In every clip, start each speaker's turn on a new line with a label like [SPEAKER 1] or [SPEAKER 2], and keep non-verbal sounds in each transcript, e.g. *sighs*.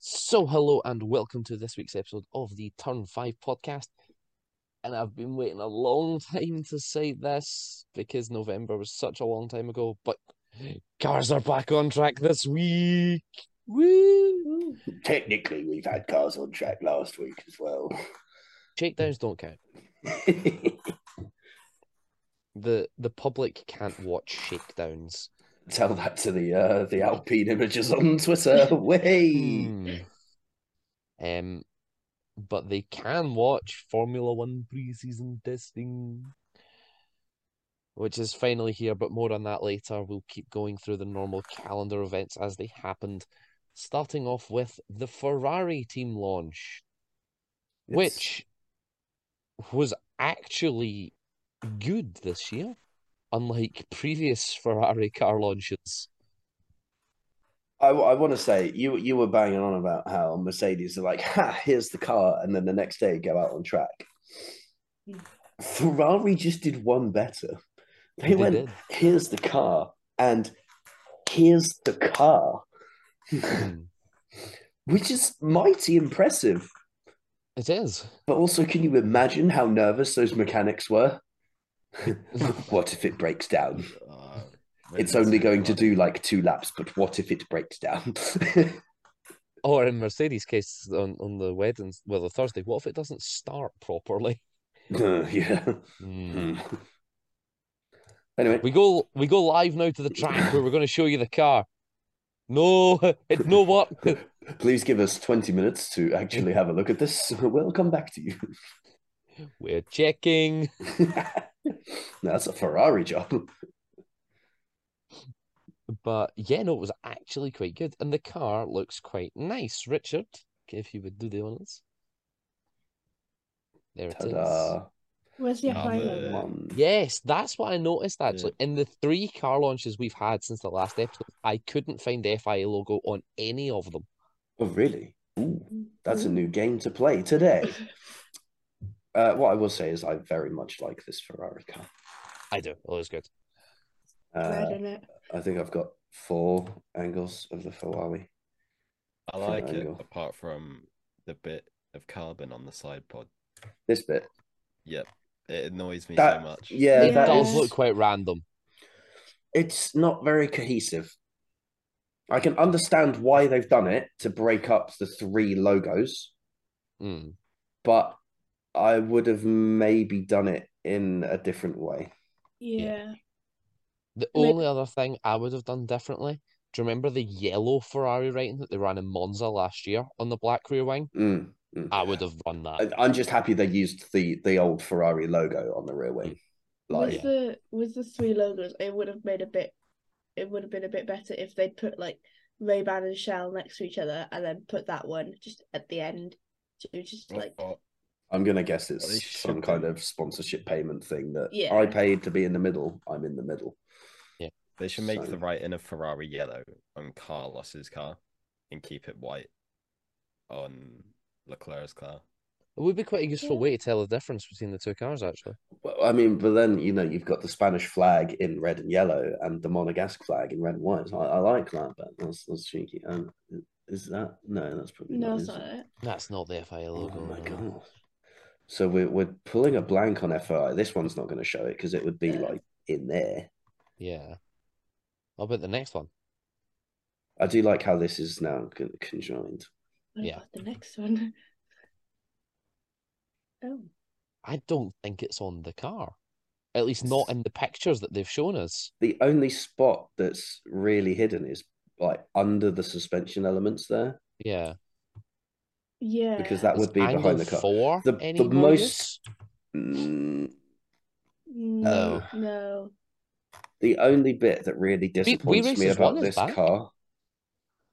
[SPEAKER 1] So, hello and welcome to this week's episode of the Turn 5 podcast. And I've been waiting a long *laughs* time to say this because November was such a long time ago, but cars are back on track this week. Woo!
[SPEAKER 2] Technically, we've had cars on track last week as well.
[SPEAKER 1] Shakedowns don't count. The the public can't watch shakedowns.
[SPEAKER 2] Tell that to the uh, the Alpine images on Twitter. Way
[SPEAKER 1] Um, but they can watch Formula One preseason testing, which is finally here. But more on that later. We'll keep going through the normal calendar events as they happened, starting off with the Ferrari team launch, which was actually good this year, unlike previous *laughs* Ferrari car launches.
[SPEAKER 2] I, I want to say you you were banging on about how Mercedes are like, ha, here's the car, and then the next day go out on track. Ferrari just did one better. They,
[SPEAKER 1] They
[SPEAKER 2] went,
[SPEAKER 1] did.
[SPEAKER 2] here's the car, and here's the car, *laughs*
[SPEAKER 1] Mm,
[SPEAKER 2] which is mighty impressive.
[SPEAKER 1] it is.
[SPEAKER 2] But also, can you imagine how nervous those mechanics were? *laughs* what if it breaks down?
[SPEAKER 3] Uh,
[SPEAKER 2] It's
[SPEAKER 3] maybe
[SPEAKER 2] only
[SPEAKER 3] a
[SPEAKER 2] going to
[SPEAKER 3] lot.
[SPEAKER 2] do like two laps, but what if it breaks down? *laughs*
[SPEAKER 1] Or in Mercedes' case on, on the Wednesday, well, the Thursday, what if it doesn't start properly? *laughs*
[SPEAKER 2] Uh, yeah. Hmm. *laughs* Anyway,
[SPEAKER 1] We go we go live now to the track where we're going to show you the car. No, *laughs* it's no what.
[SPEAKER 2] please give us 20 minutes to actually have a look at this. *laughs* We'll come back to you. *laughs*
[SPEAKER 1] We're checking.
[SPEAKER 2] That's a Ferrari job.
[SPEAKER 1] But yeah, no, it was actually quite good. And the car looks quite nice. Richard, if you would do the honours. There it is.
[SPEAKER 2] Ta-da.
[SPEAKER 4] Where's
[SPEAKER 1] Um,
[SPEAKER 4] your
[SPEAKER 3] No,
[SPEAKER 1] uh,
[SPEAKER 4] highlight?
[SPEAKER 3] but-
[SPEAKER 2] One.
[SPEAKER 1] Yes, that's what I noticed actually. In the three car launches we've had since the last episode, I couldn't find the FIA logo on any of them.
[SPEAKER 2] Oh, really? Ooh, that's a
[SPEAKER 4] Mm.
[SPEAKER 2] new game to play today. Uh, what I will say is, I very much like this Ferrari car.
[SPEAKER 1] I do. It was good.
[SPEAKER 2] Uh,
[SPEAKER 4] Red in it.
[SPEAKER 2] I think I've got four angles of the Ferrari.
[SPEAKER 3] I
[SPEAKER 2] Front
[SPEAKER 3] like it,
[SPEAKER 2] angle.
[SPEAKER 3] apart from the bit of carbon on the side pod.
[SPEAKER 2] This bit.
[SPEAKER 3] It annoys me
[SPEAKER 2] That-
[SPEAKER 3] so much.
[SPEAKER 2] Yeah,
[SPEAKER 1] it
[SPEAKER 2] that
[SPEAKER 1] does
[SPEAKER 2] is-
[SPEAKER 1] look quite random.
[SPEAKER 2] it's not very cohesive. I can understand why they've done it to break up the three logos,
[SPEAKER 1] Mm.
[SPEAKER 2] but I would have maybe done it in a different way.
[SPEAKER 4] Yeah.
[SPEAKER 1] The
[SPEAKER 4] Maybe-
[SPEAKER 1] only other thing I would have done differently, do you remember the yellow Ferrari rating that they ran in Monza last year on the black rear wing?
[SPEAKER 2] Mm.
[SPEAKER 1] I would have run that.
[SPEAKER 2] I- I'm just happy they used the the old Ferrari logo on the rear wing.
[SPEAKER 4] With
[SPEAKER 2] Like,
[SPEAKER 4] the with the three logos, it would have made a bit. It would have been a bit better if they'd put like Ray Ban and Shell next to each other, and then put that one just at the end. So it was just like
[SPEAKER 3] Oh,
[SPEAKER 2] I'm gonna guess
[SPEAKER 3] They
[SPEAKER 2] it's
[SPEAKER 3] should
[SPEAKER 2] some kind
[SPEAKER 3] do.
[SPEAKER 2] of sponsorship payment thing that
[SPEAKER 4] Yeah.
[SPEAKER 2] I paid to be in the middle. I'm in the middle.
[SPEAKER 3] they should make
[SPEAKER 2] So-
[SPEAKER 3] the right in a Ferrari yellow on Carlos's car and keep it white on Leclerc's car.
[SPEAKER 1] It would be quite a useful
[SPEAKER 4] Yeah.
[SPEAKER 1] way to tell the difference between the two cars, actually.
[SPEAKER 2] Well, I mean, but then you know you've got the Spanish flag in red and yellow, and the Monegasque flag in red and white. So I, I like that, but that's that's cheeky. Um, is that no? That's probably
[SPEAKER 4] no,
[SPEAKER 2] not,
[SPEAKER 4] it's
[SPEAKER 2] is
[SPEAKER 4] not
[SPEAKER 2] it?
[SPEAKER 4] it.
[SPEAKER 1] That's not the FIA
[SPEAKER 2] Oh
[SPEAKER 1] logo.
[SPEAKER 2] my
[SPEAKER 1] no.
[SPEAKER 2] god! So we're we're pulling a blank on FI. This one's not going to show it because it would be
[SPEAKER 4] Yeah.
[SPEAKER 2] like in there.
[SPEAKER 1] Yeah. What about the next one?
[SPEAKER 2] I do like how this is now con- conjoined.
[SPEAKER 4] What
[SPEAKER 1] Yeah.
[SPEAKER 4] about the next one? *laughs* Oh,
[SPEAKER 1] I don't think it's on the car. At least not in the pictures that they've shown us.
[SPEAKER 2] The only spot that's really hidden is like under the suspension elements there
[SPEAKER 1] Yeah.
[SPEAKER 4] yeah.
[SPEAKER 2] because that
[SPEAKER 1] Is
[SPEAKER 2] would be behind
[SPEAKER 1] angle
[SPEAKER 2] the car.
[SPEAKER 1] Four,
[SPEAKER 2] The-
[SPEAKER 1] any
[SPEAKER 2] the
[SPEAKER 1] more
[SPEAKER 2] most-
[SPEAKER 1] use?
[SPEAKER 2] Mm,
[SPEAKER 4] no, Mm,
[SPEAKER 2] oh.
[SPEAKER 4] no.
[SPEAKER 2] The only bit that really
[SPEAKER 1] we
[SPEAKER 2] disappoints me
[SPEAKER 1] races
[SPEAKER 2] about
[SPEAKER 1] one is
[SPEAKER 2] this
[SPEAKER 1] back.
[SPEAKER 2] car.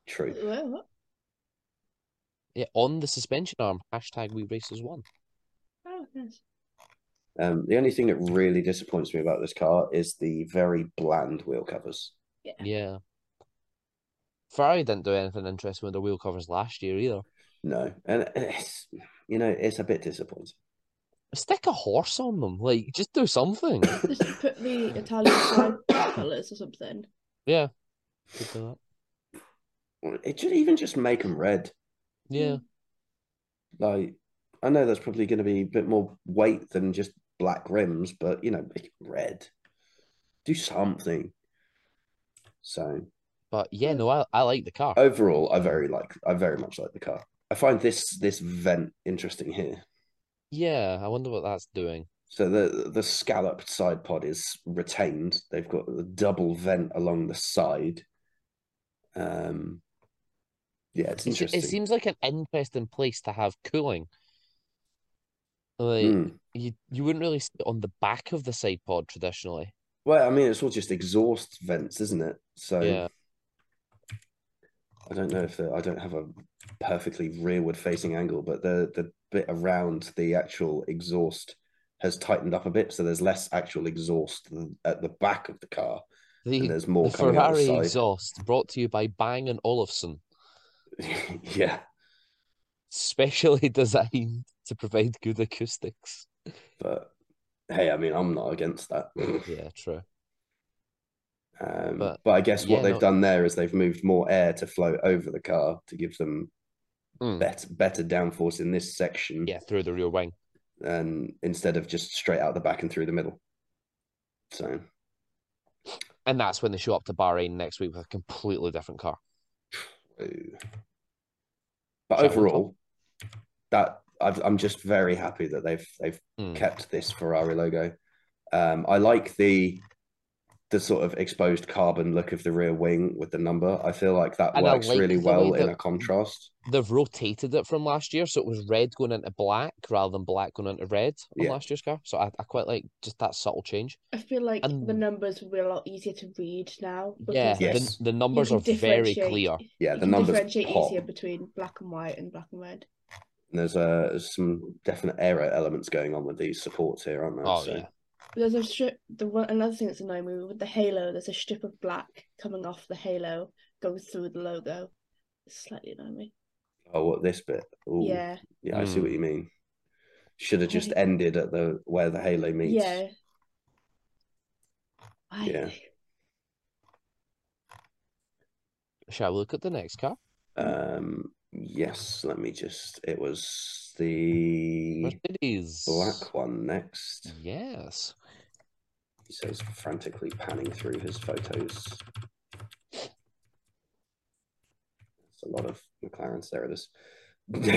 [SPEAKER 2] True.
[SPEAKER 4] Well, what?
[SPEAKER 1] Yeah, on the suspension arm. Hashtag we races one.
[SPEAKER 4] Oh, nice.
[SPEAKER 2] Um, the only thing that really disappoints me about this car is the very bland wheel covers.
[SPEAKER 4] Yeah.
[SPEAKER 1] Yeah. Ferrari didn't do anything interesting with their wheel covers last year either.
[SPEAKER 2] No, and it's you know it's a bit disappointing.
[SPEAKER 1] Stick a horse on them. Like, just do
[SPEAKER 2] *laughs*
[SPEAKER 1] something.
[SPEAKER 4] Just put the
[SPEAKER 2] *coughs*
[SPEAKER 4] Italian flag *coughs* colours or something.
[SPEAKER 1] yeah. Could do that.
[SPEAKER 2] It should even just make them red.
[SPEAKER 1] Yeah.
[SPEAKER 2] Like, I know that's probably going to be a bit more weight than just black rims, but you know, make it red. Do something. So
[SPEAKER 1] But yeah, no, I, I like the car.
[SPEAKER 2] Uh, overall, I very like. I very much like the car. I find this this vent interesting here.
[SPEAKER 1] Yeah, I wonder what that's doing.
[SPEAKER 2] So the the scalloped side pod is retained. They've got a double vent along the side. Um, yeah, it's
[SPEAKER 1] It,
[SPEAKER 2] interesting.
[SPEAKER 1] it seems like an interesting place to have cooling. Like
[SPEAKER 2] Mm.
[SPEAKER 1] you, you wouldn't really sit on the back of the side pod traditionally.
[SPEAKER 2] Well, I mean, it's all just exhaust vents, isn't it? So
[SPEAKER 1] Yeah.
[SPEAKER 2] I don't know if the, I don't have a perfectly rearward facing angle, but the the bit around the actual exhaust has tightened up a bit, so there's less actual exhaust th- at the back of the car, and
[SPEAKER 1] The,
[SPEAKER 2] there's
[SPEAKER 1] the
[SPEAKER 2] more coming out
[SPEAKER 1] Ferrari
[SPEAKER 2] the side.
[SPEAKER 1] exhaust brought to you by Bang and Olufsen,
[SPEAKER 2] *laughs* yeah,
[SPEAKER 1] specially *laughs* designed to provide good acoustics.
[SPEAKER 2] but hey, I mean, I'm not
[SPEAKER 1] *laughs*
[SPEAKER 2] against that.
[SPEAKER 1] Yeah, true.
[SPEAKER 2] Um,
[SPEAKER 1] But,
[SPEAKER 2] but, I guess
[SPEAKER 1] yeah,
[SPEAKER 2] what they've
[SPEAKER 1] no-
[SPEAKER 2] done there is they've moved more air to flow over the car to give them
[SPEAKER 1] Mm.
[SPEAKER 2] better better downforce in this section.
[SPEAKER 1] Yeah, through the rear wing.
[SPEAKER 2] and instead of just straight out the back and through the middle. So
[SPEAKER 1] And that's when they show up to Bahrain next week with a completely different car.
[SPEAKER 2] true. But
[SPEAKER 1] Shall we
[SPEAKER 2] overall, that I've, I'm just very happy that they've they've
[SPEAKER 1] Mm.
[SPEAKER 2] kept this Ferrari logo. Um, I like the the sort of exposed carbon look of the rear wing with the number. I feel like that
[SPEAKER 1] And I
[SPEAKER 2] works
[SPEAKER 1] like
[SPEAKER 2] really
[SPEAKER 1] the way
[SPEAKER 2] well in
[SPEAKER 1] that-
[SPEAKER 2] a contrast.
[SPEAKER 1] They've rotated it from last year, so it was red going into black rather than black going into red on
[SPEAKER 2] Yeah.
[SPEAKER 1] last year's car. So I, I quite like just that subtle change.
[SPEAKER 4] I feel like the
[SPEAKER 1] And-
[SPEAKER 4] numbers will be a lot easier to read now.
[SPEAKER 1] yeah,
[SPEAKER 4] because,
[SPEAKER 1] the-
[SPEAKER 4] like,
[SPEAKER 2] Yes.
[SPEAKER 1] the, numbers
[SPEAKER 4] can
[SPEAKER 1] are very
[SPEAKER 4] differentiate-
[SPEAKER 1] clear.
[SPEAKER 2] Yeah,
[SPEAKER 4] you
[SPEAKER 2] the
[SPEAKER 4] can
[SPEAKER 2] numbers
[SPEAKER 4] differentiate
[SPEAKER 2] pop.
[SPEAKER 4] easier between black and white and black and red.
[SPEAKER 2] And there's uh, some definite aero elements going on with these supports here, aren't there?
[SPEAKER 1] Oh,
[SPEAKER 2] So-
[SPEAKER 1] yeah.
[SPEAKER 4] There's a strip. The one another thing that's annoying me with the halo. There's a strip of black coming off the halo, going through the logo. It's slightly annoying me.
[SPEAKER 2] Oh, what this bit? Ooh.
[SPEAKER 4] Yeah,
[SPEAKER 2] Yeah, I see
[SPEAKER 1] Mm.
[SPEAKER 2] what you mean. Should have just
[SPEAKER 4] Maybe-
[SPEAKER 2] ended at the where the halo meets.
[SPEAKER 4] yeah. I
[SPEAKER 2] Yeah.
[SPEAKER 1] Shall we look at the next car?
[SPEAKER 2] Um, yes, let me just. It was the
[SPEAKER 1] Mercedes.
[SPEAKER 2] black one next.
[SPEAKER 1] Yes.
[SPEAKER 2] He says frantically panning through his photos. It's a lot of McLarens. There it is. *laughs*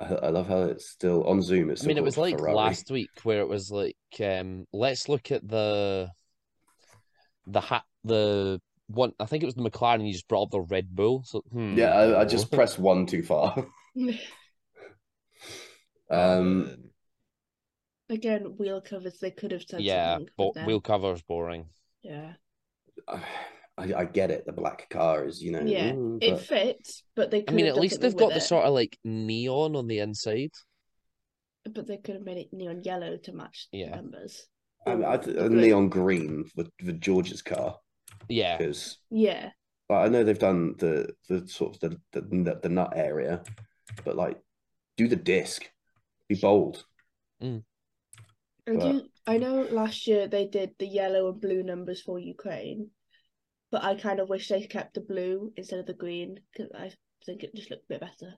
[SPEAKER 2] I, I love how it's still on Zoom. It's
[SPEAKER 1] I
[SPEAKER 2] still
[SPEAKER 1] mean, it was
[SPEAKER 2] called
[SPEAKER 1] like
[SPEAKER 2] Ferrari.
[SPEAKER 1] last week where it was like, um, let's look at the the hat the one. I think it was the McLaren. You just brought up the Red Bull. So hmm,
[SPEAKER 2] Yeah, I, I
[SPEAKER 1] no. *laughs*
[SPEAKER 2] just pressed one too far. *laughs* Um,
[SPEAKER 3] Carbon.
[SPEAKER 4] *laughs* Again, wheel covers. They could have said
[SPEAKER 1] yeah,
[SPEAKER 4] something.
[SPEAKER 1] but
[SPEAKER 4] with them.
[SPEAKER 1] wheel covers boring.
[SPEAKER 4] Yeah,
[SPEAKER 2] I, I get it. The black car is, you know,
[SPEAKER 4] Yeah,
[SPEAKER 2] mm,
[SPEAKER 4] it
[SPEAKER 2] but
[SPEAKER 4] fits, but they.
[SPEAKER 1] I
[SPEAKER 4] Could
[SPEAKER 1] mean,
[SPEAKER 4] have
[SPEAKER 1] at
[SPEAKER 4] done
[SPEAKER 1] least
[SPEAKER 4] something
[SPEAKER 1] they've got
[SPEAKER 4] with
[SPEAKER 1] the
[SPEAKER 4] it.
[SPEAKER 1] sort of like neon on the inside.
[SPEAKER 4] But they could have made it neon yellow to match the
[SPEAKER 1] Yeah.
[SPEAKER 4] numbers.
[SPEAKER 2] I mean, I,
[SPEAKER 4] The
[SPEAKER 2] a
[SPEAKER 4] blue.
[SPEAKER 2] neon green with, with George's car
[SPEAKER 1] Yeah,
[SPEAKER 2] because
[SPEAKER 4] Yeah,
[SPEAKER 2] I know they've done the the sort of the, the nut- the nut area, but like do the disc, be bold.
[SPEAKER 4] I
[SPEAKER 2] But-
[SPEAKER 4] do. I know last year they did the yellow and blue numbers for Ukraine, but I kind of wish they kept the blue instead of the green because I think it just looked a bit better.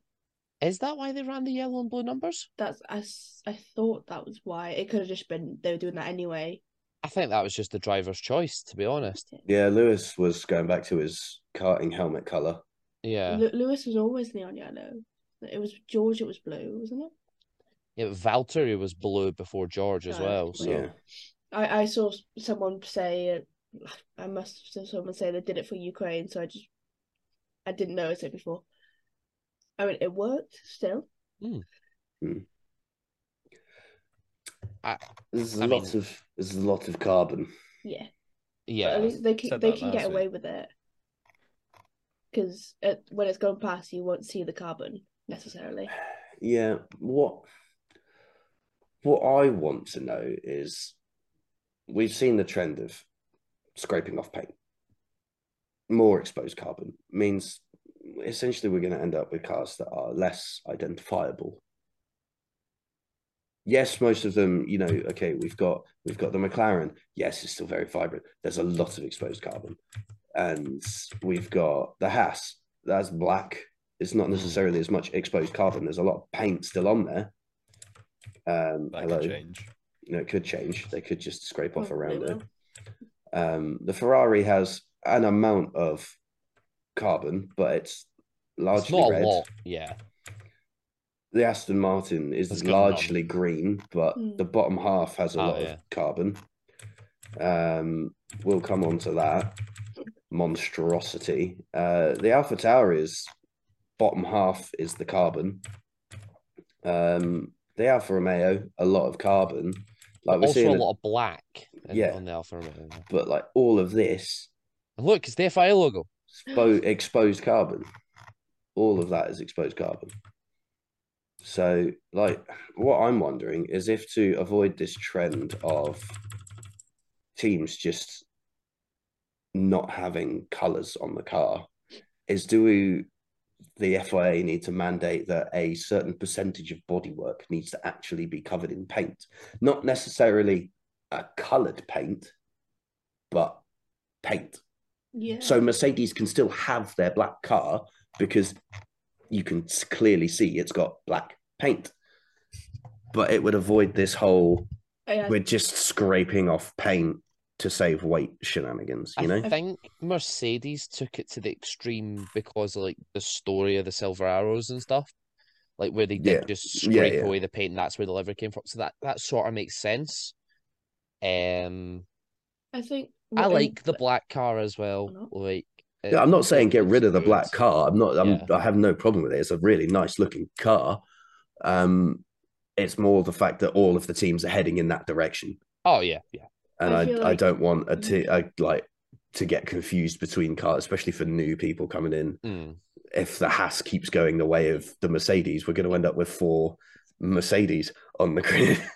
[SPEAKER 1] is that why they ran the yellow and blue numbers?
[SPEAKER 4] That's I, s- I thought that was why it could have just been they were doing that anyway.
[SPEAKER 1] I think that was just the driver's choice, to be honest.
[SPEAKER 2] Yeah, Lewis was going back to his karting helmet color.
[SPEAKER 1] Yeah,
[SPEAKER 4] Lu- Lewis was always neon yellow. It was George. It was blue, wasn't it?
[SPEAKER 1] yeah. Valtteri was blue before George as
[SPEAKER 4] Oh,
[SPEAKER 1] well. So
[SPEAKER 2] Yeah,
[SPEAKER 4] I I saw s- someone say I must have seen someone say they did it for Ukraine, so I just I didn't notice it before. I mean, it worked still.
[SPEAKER 2] there's
[SPEAKER 1] I mean-
[SPEAKER 2] lots of there's a lot of carbon.
[SPEAKER 4] Yeah. But
[SPEAKER 1] yeah,
[SPEAKER 4] at least they can
[SPEAKER 3] said
[SPEAKER 4] they
[SPEAKER 3] that
[SPEAKER 4] can
[SPEAKER 3] last
[SPEAKER 4] get
[SPEAKER 3] week.
[SPEAKER 4] away with it because when it's going past, you won't see the carbon necessarily.
[SPEAKER 2] Yeah, what what I want to know is we've seen the trend of scraping off paint. More exposed carbon means essentially we're going to end up with cars that are less identifiable. Yes, most of them, you know, okay, we've got we've got the McLaren. Yes, it's still very vibrant. There's a lot of exposed carbon. And we've got the Haas. that's black. It's not necessarily as much exposed carbon. There's a lot of paint still on there. Um,
[SPEAKER 3] That
[SPEAKER 2] hello.
[SPEAKER 3] could change.
[SPEAKER 2] You know, it could change. They could just scrape off
[SPEAKER 4] Probably
[SPEAKER 2] around it.
[SPEAKER 4] will.
[SPEAKER 2] Um, the Ferrari has an amount of carbon, but it's largely
[SPEAKER 1] It's not
[SPEAKER 2] red.
[SPEAKER 1] a lot. Yeah.
[SPEAKER 2] The Aston Martin is
[SPEAKER 1] It's got none.
[SPEAKER 2] largely green, but
[SPEAKER 4] Hmm.
[SPEAKER 2] the bottom half has a
[SPEAKER 1] Oh,
[SPEAKER 2] lot
[SPEAKER 1] yeah.
[SPEAKER 2] of carbon. Um, we'll come on to that monstrosity. Uh, the Alpha Tower is bottom half is the carbon. Um, the Alfa Romeo, a lot of carbon. Like we're
[SPEAKER 1] Also
[SPEAKER 2] seeing,
[SPEAKER 1] a
[SPEAKER 2] it-
[SPEAKER 1] lot of black in,
[SPEAKER 2] Yeah.
[SPEAKER 1] on the Alfa Romeo.
[SPEAKER 2] but like all of this
[SPEAKER 1] And look, it's the FIA logo.
[SPEAKER 2] expo- exposed carbon. All of that is exposed carbon. So, like, what I'm wondering is if to avoid this trend of teams just not having colors on the car, is do we, the FIA need to mandate that a certain percentage of bodywork needs to actually be covered in paint, not necessarily a colored paint, but paint.
[SPEAKER 4] Yeah.
[SPEAKER 2] So Mercedes can still have their black car because you can s- clearly see it's got black paint. But it would avoid this whole
[SPEAKER 4] yeah.
[SPEAKER 2] we're just scraping off paint to save weight shenanigans, you know?
[SPEAKER 1] I think Mercedes took it to the extreme because of like the story of the Silver Arrows and stuff. Like where they did
[SPEAKER 2] Yeah.
[SPEAKER 1] just
[SPEAKER 2] Yeah,
[SPEAKER 1] scrape
[SPEAKER 2] yeah.
[SPEAKER 1] away the paint and that's where the livery came from. So that, that sort of makes sense. Um
[SPEAKER 4] I think
[SPEAKER 1] I
[SPEAKER 4] and- Oh,
[SPEAKER 1] like the black car as well.
[SPEAKER 4] Not-
[SPEAKER 1] Like it-
[SPEAKER 2] Yeah, I'm not
[SPEAKER 1] it's
[SPEAKER 2] saying
[SPEAKER 1] a-
[SPEAKER 2] get
[SPEAKER 1] it's
[SPEAKER 2] rid of the
[SPEAKER 1] good.
[SPEAKER 2] black car. I'm not. I'm, I have no problem with it. It's a really nice looking car. Um, it's more the fact that all of the teams are heading in that direction,
[SPEAKER 1] Oh yeah, yeah.
[SPEAKER 2] and
[SPEAKER 4] I
[SPEAKER 2] I, I,
[SPEAKER 4] feel like- Mm.
[SPEAKER 2] don't want a t- I, like to get confused between cars, especially for new people coming in.
[SPEAKER 1] Mm.
[SPEAKER 2] if the Haas keeps going the way of the Mercedes, we're going to end up with four Mercedes on the grid. *laughs*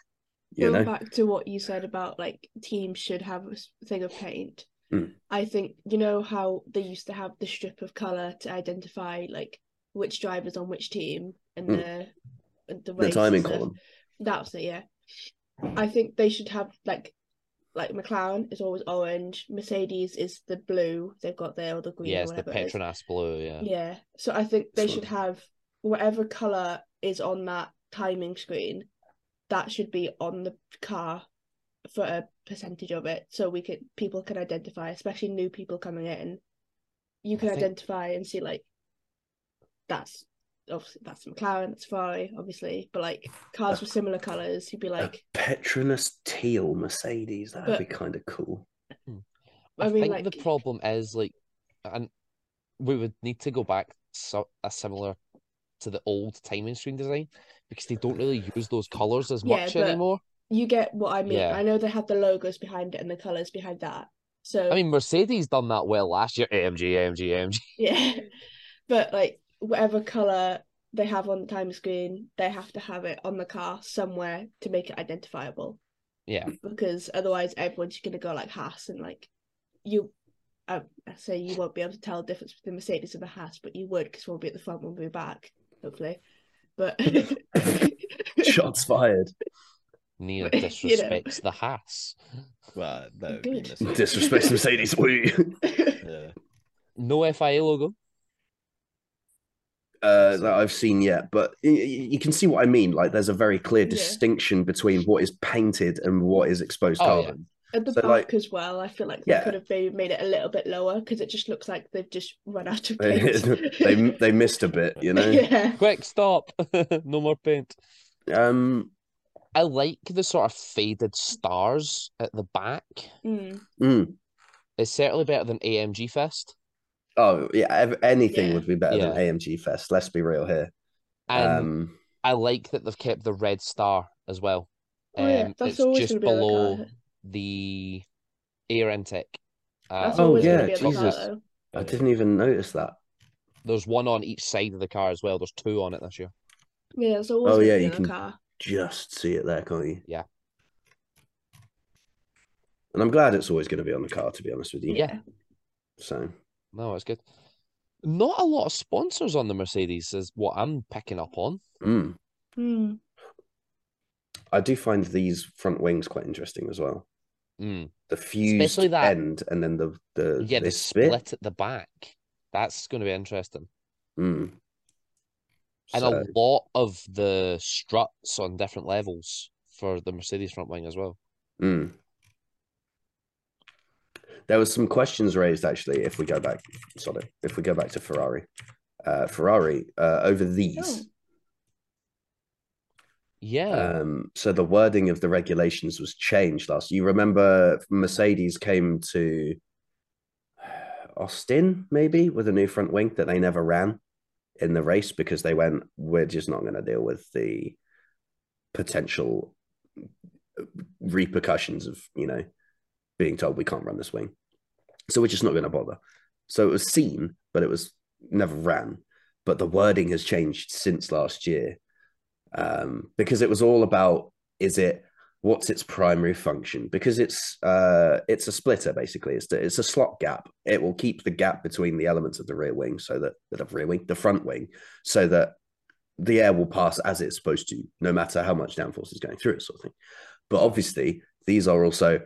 [SPEAKER 2] you
[SPEAKER 4] going
[SPEAKER 2] know,
[SPEAKER 4] back to what you said about like teams should have a s- thing of paint
[SPEAKER 2] Mm.
[SPEAKER 4] i think you know how they used to have the strip of color to identify like which drivers on which team and
[SPEAKER 2] Mm.
[SPEAKER 4] the and the,
[SPEAKER 2] the
[SPEAKER 4] race
[SPEAKER 2] timing
[SPEAKER 4] and stuff.
[SPEAKER 2] column.
[SPEAKER 4] that's it yeah i think they should have like like mclaren is always orange mercedes is the blue they've got there or the green
[SPEAKER 1] Yeah,
[SPEAKER 4] or
[SPEAKER 1] it's the
[SPEAKER 4] whatever it is.
[SPEAKER 1] Petronas blue, yeah.
[SPEAKER 4] Yeah. So I think they
[SPEAKER 2] So-
[SPEAKER 4] should have whatever colour is on that timing screen, that should be on the car for a percentage of it so we could people can identify, especially new people coming in. You can
[SPEAKER 1] I think-
[SPEAKER 4] identify and see like that's obviously that's McLaren, that's Ferrari, obviously, but like cars with similar colours, you'd be like
[SPEAKER 2] a Petronas teal Mercedes. That'd
[SPEAKER 4] But-
[SPEAKER 2] be kind of
[SPEAKER 4] *laughs*
[SPEAKER 2] cool.
[SPEAKER 1] I,
[SPEAKER 4] I mean,
[SPEAKER 1] think the
[SPEAKER 4] like-
[SPEAKER 1] problem is like, and we would need to go back so a similar to the old timing screen design because they don't really use those colors as
[SPEAKER 4] Yeah,
[SPEAKER 1] much
[SPEAKER 4] but-
[SPEAKER 1] anymore.
[SPEAKER 4] you get what I mean.
[SPEAKER 1] Yeah.
[SPEAKER 4] I know they have the logos behind it and the colours behind that. So
[SPEAKER 1] I mean, Mercedes done that well last year. AMG, AMG, AMG.
[SPEAKER 4] *laughs* Yeah.
[SPEAKER 2] Mm.
[SPEAKER 4] But like whatever colour they have on the time screen, they have to have it on the car somewhere to make it identifiable.
[SPEAKER 1] Yeah.
[SPEAKER 4] Because otherwise everyone's gonna go like Haas and like you I, I say you won't be able to tell the difference between the Mercedes and the Haas, but you would because we'll be at the front, we'll be back, hopefully. But
[SPEAKER 2] *laughs*
[SPEAKER 4] *laughs*
[SPEAKER 2] Shots fired.
[SPEAKER 1] Neo
[SPEAKER 4] You know.
[SPEAKER 1] disrespects the Haas.
[SPEAKER 3] Well, that would
[SPEAKER 4] Good.
[SPEAKER 3] be mis- *laughs*
[SPEAKER 2] Disrespect
[SPEAKER 4] *laughs*
[SPEAKER 2] Mercedes. woo.
[SPEAKER 3] yeah.
[SPEAKER 1] No FIA logo.
[SPEAKER 2] uh, that I've seen yet, but y- y- you can see what I mean. Like, there's a very clear
[SPEAKER 4] Yeah.
[SPEAKER 2] distinction between what is painted and what is exposed
[SPEAKER 1] Oh, yeah.
[SPEAKER 2] carbon. *laughs*
[SPEAKER 4] At the
[SPEAKER 2] So,
[SPEAKER 4] back
[SPEAKER 2] like-
[SPEAKER 4] as well, I feel like they
[SPEAKER 2] Yeah.
[SPEAKER 4] could have maybe made it a little bit lower because it just looks like they've just run out of
[SPEAKER 2] *laughs* They,
[SPEAKER 4] paint.
[SPEAKER 2] they they missed a bit, you know.
[SPEAKER 4] *laughs* yeah.
[SPEAKER 1] Quick stop. *laughs* no more paint.
[SPEAKER 2] Um,
[SPEAKER 1] I like the sort of faded stars at the back.
[SPEAKER 4] Mm.
[SPEAKER 2] mm.
[SPEAKER 1] It's certainly better than AMG Fest.
[SPEAKER 2] oh yeah, ev- anything
[SPEAKER 4] Yeah.
[SPEAKER 2] would be better than
[SPEAKER 1] Yeah.
[SPEAKER 2] AMG Fest. Let's be real here.
[SPEAKER 1] And
[SPEAKER 2] um,
[SPEAKER 1] I like that they've kept the red star as well. Um,
[SPEAKER 4] Oh, yeah, that's
[SPEAKER 1] it's
[SPEAKER 4] always
[SPEAKER 1] just
[SPEAKER 4] gonna be on the
[SPEAKER 1] below
[SPEAKER 4] colour.
[SPEAKER 1] the air intake.
[SPEAKER 4] That's
[SPEAKER 1] Uh,
[SPEAKER 2] Oh,
[SPEAKER 4] always
[SPEAKER 2] yeah,
[SPEAKER 4] gonna be on the
[SPEAKER 2] Jesus.
[SPEAKER 4] colour, though.
[SPEAKER 2] I didn't even notice that.
[SPEAKER 1] There's one on each side of the car as well. There's two on it this year.
[SPEAKER 4] Yeah, it's always
[SPEAKER 2] Oh,
[SPEAKER 4] gonna
[SPEAKER 2] yeah,
[SPEAKER 4] be
[SPEAKER 2] you
[SPEAKER 4] on
[SPEAKER 2] can-
[SPEAKER 4] the car.
[SPEAKER 2] Just see it there, can't you?
[SPEAKER 1] Yeah.
[SPEAKER 2] And I'm glad it's always going to be on the car, to be honest with you.
[SPEAKER 1] Yeah.
[SPEAKER 2] So
[SPEAKER 1] No, it's good. Not a lot of sponsors on the Mercedes is what I'm picking up on.
[SPEAKER 2] mm.
[SPEAKER 4] Hmm.
[SPEAKER 2] I do find these front wings quite interesting as well.
[SPEAKER 1] Mm.
[SPEAKER 2] The fused
[SPEAKER 1] Especially that-
[SPEAKER 2] end and then the the
[SPEAKER 1] Yeah, the
[SPEAKER 2] this bit.
[SPEAKER 1] split at the back. That's going to be interesting.
[SPEAKER 2] Mm.
[SPEAKER 1] and
[SPEAKER 2] So,
[SPEAKER 1] a lot of the struts on different levels for the Mercedes front wing as well.
[SPEAKER 2] mm. There was some questions raised actually. If we go back, sorry, if we go back to Ferrari, uh, Ferrari uh, over these.
[SPEAKER 1] Yeah,
[SPEAKER 2] Um, so the wording of the regulations was changed last. You remember Mercedes came to Austin maybe with a new front wing that they never ran in the race because they went, we're just not going to deal with the potential repercussions of you know being told we can't run this wing, so we're just not going to bother. So it was seen, but it was never ran. But the wording has changed since last year um, because it was all about is it what's its primary function because it's uh, it's a splitter basically it's it's a slot gap it will keep the gap between the elements of the rear wing so that the rear wing the front wing so that the air will pass as it's supposed to no matter how much downforce is going through it sort of thing but obviously these are also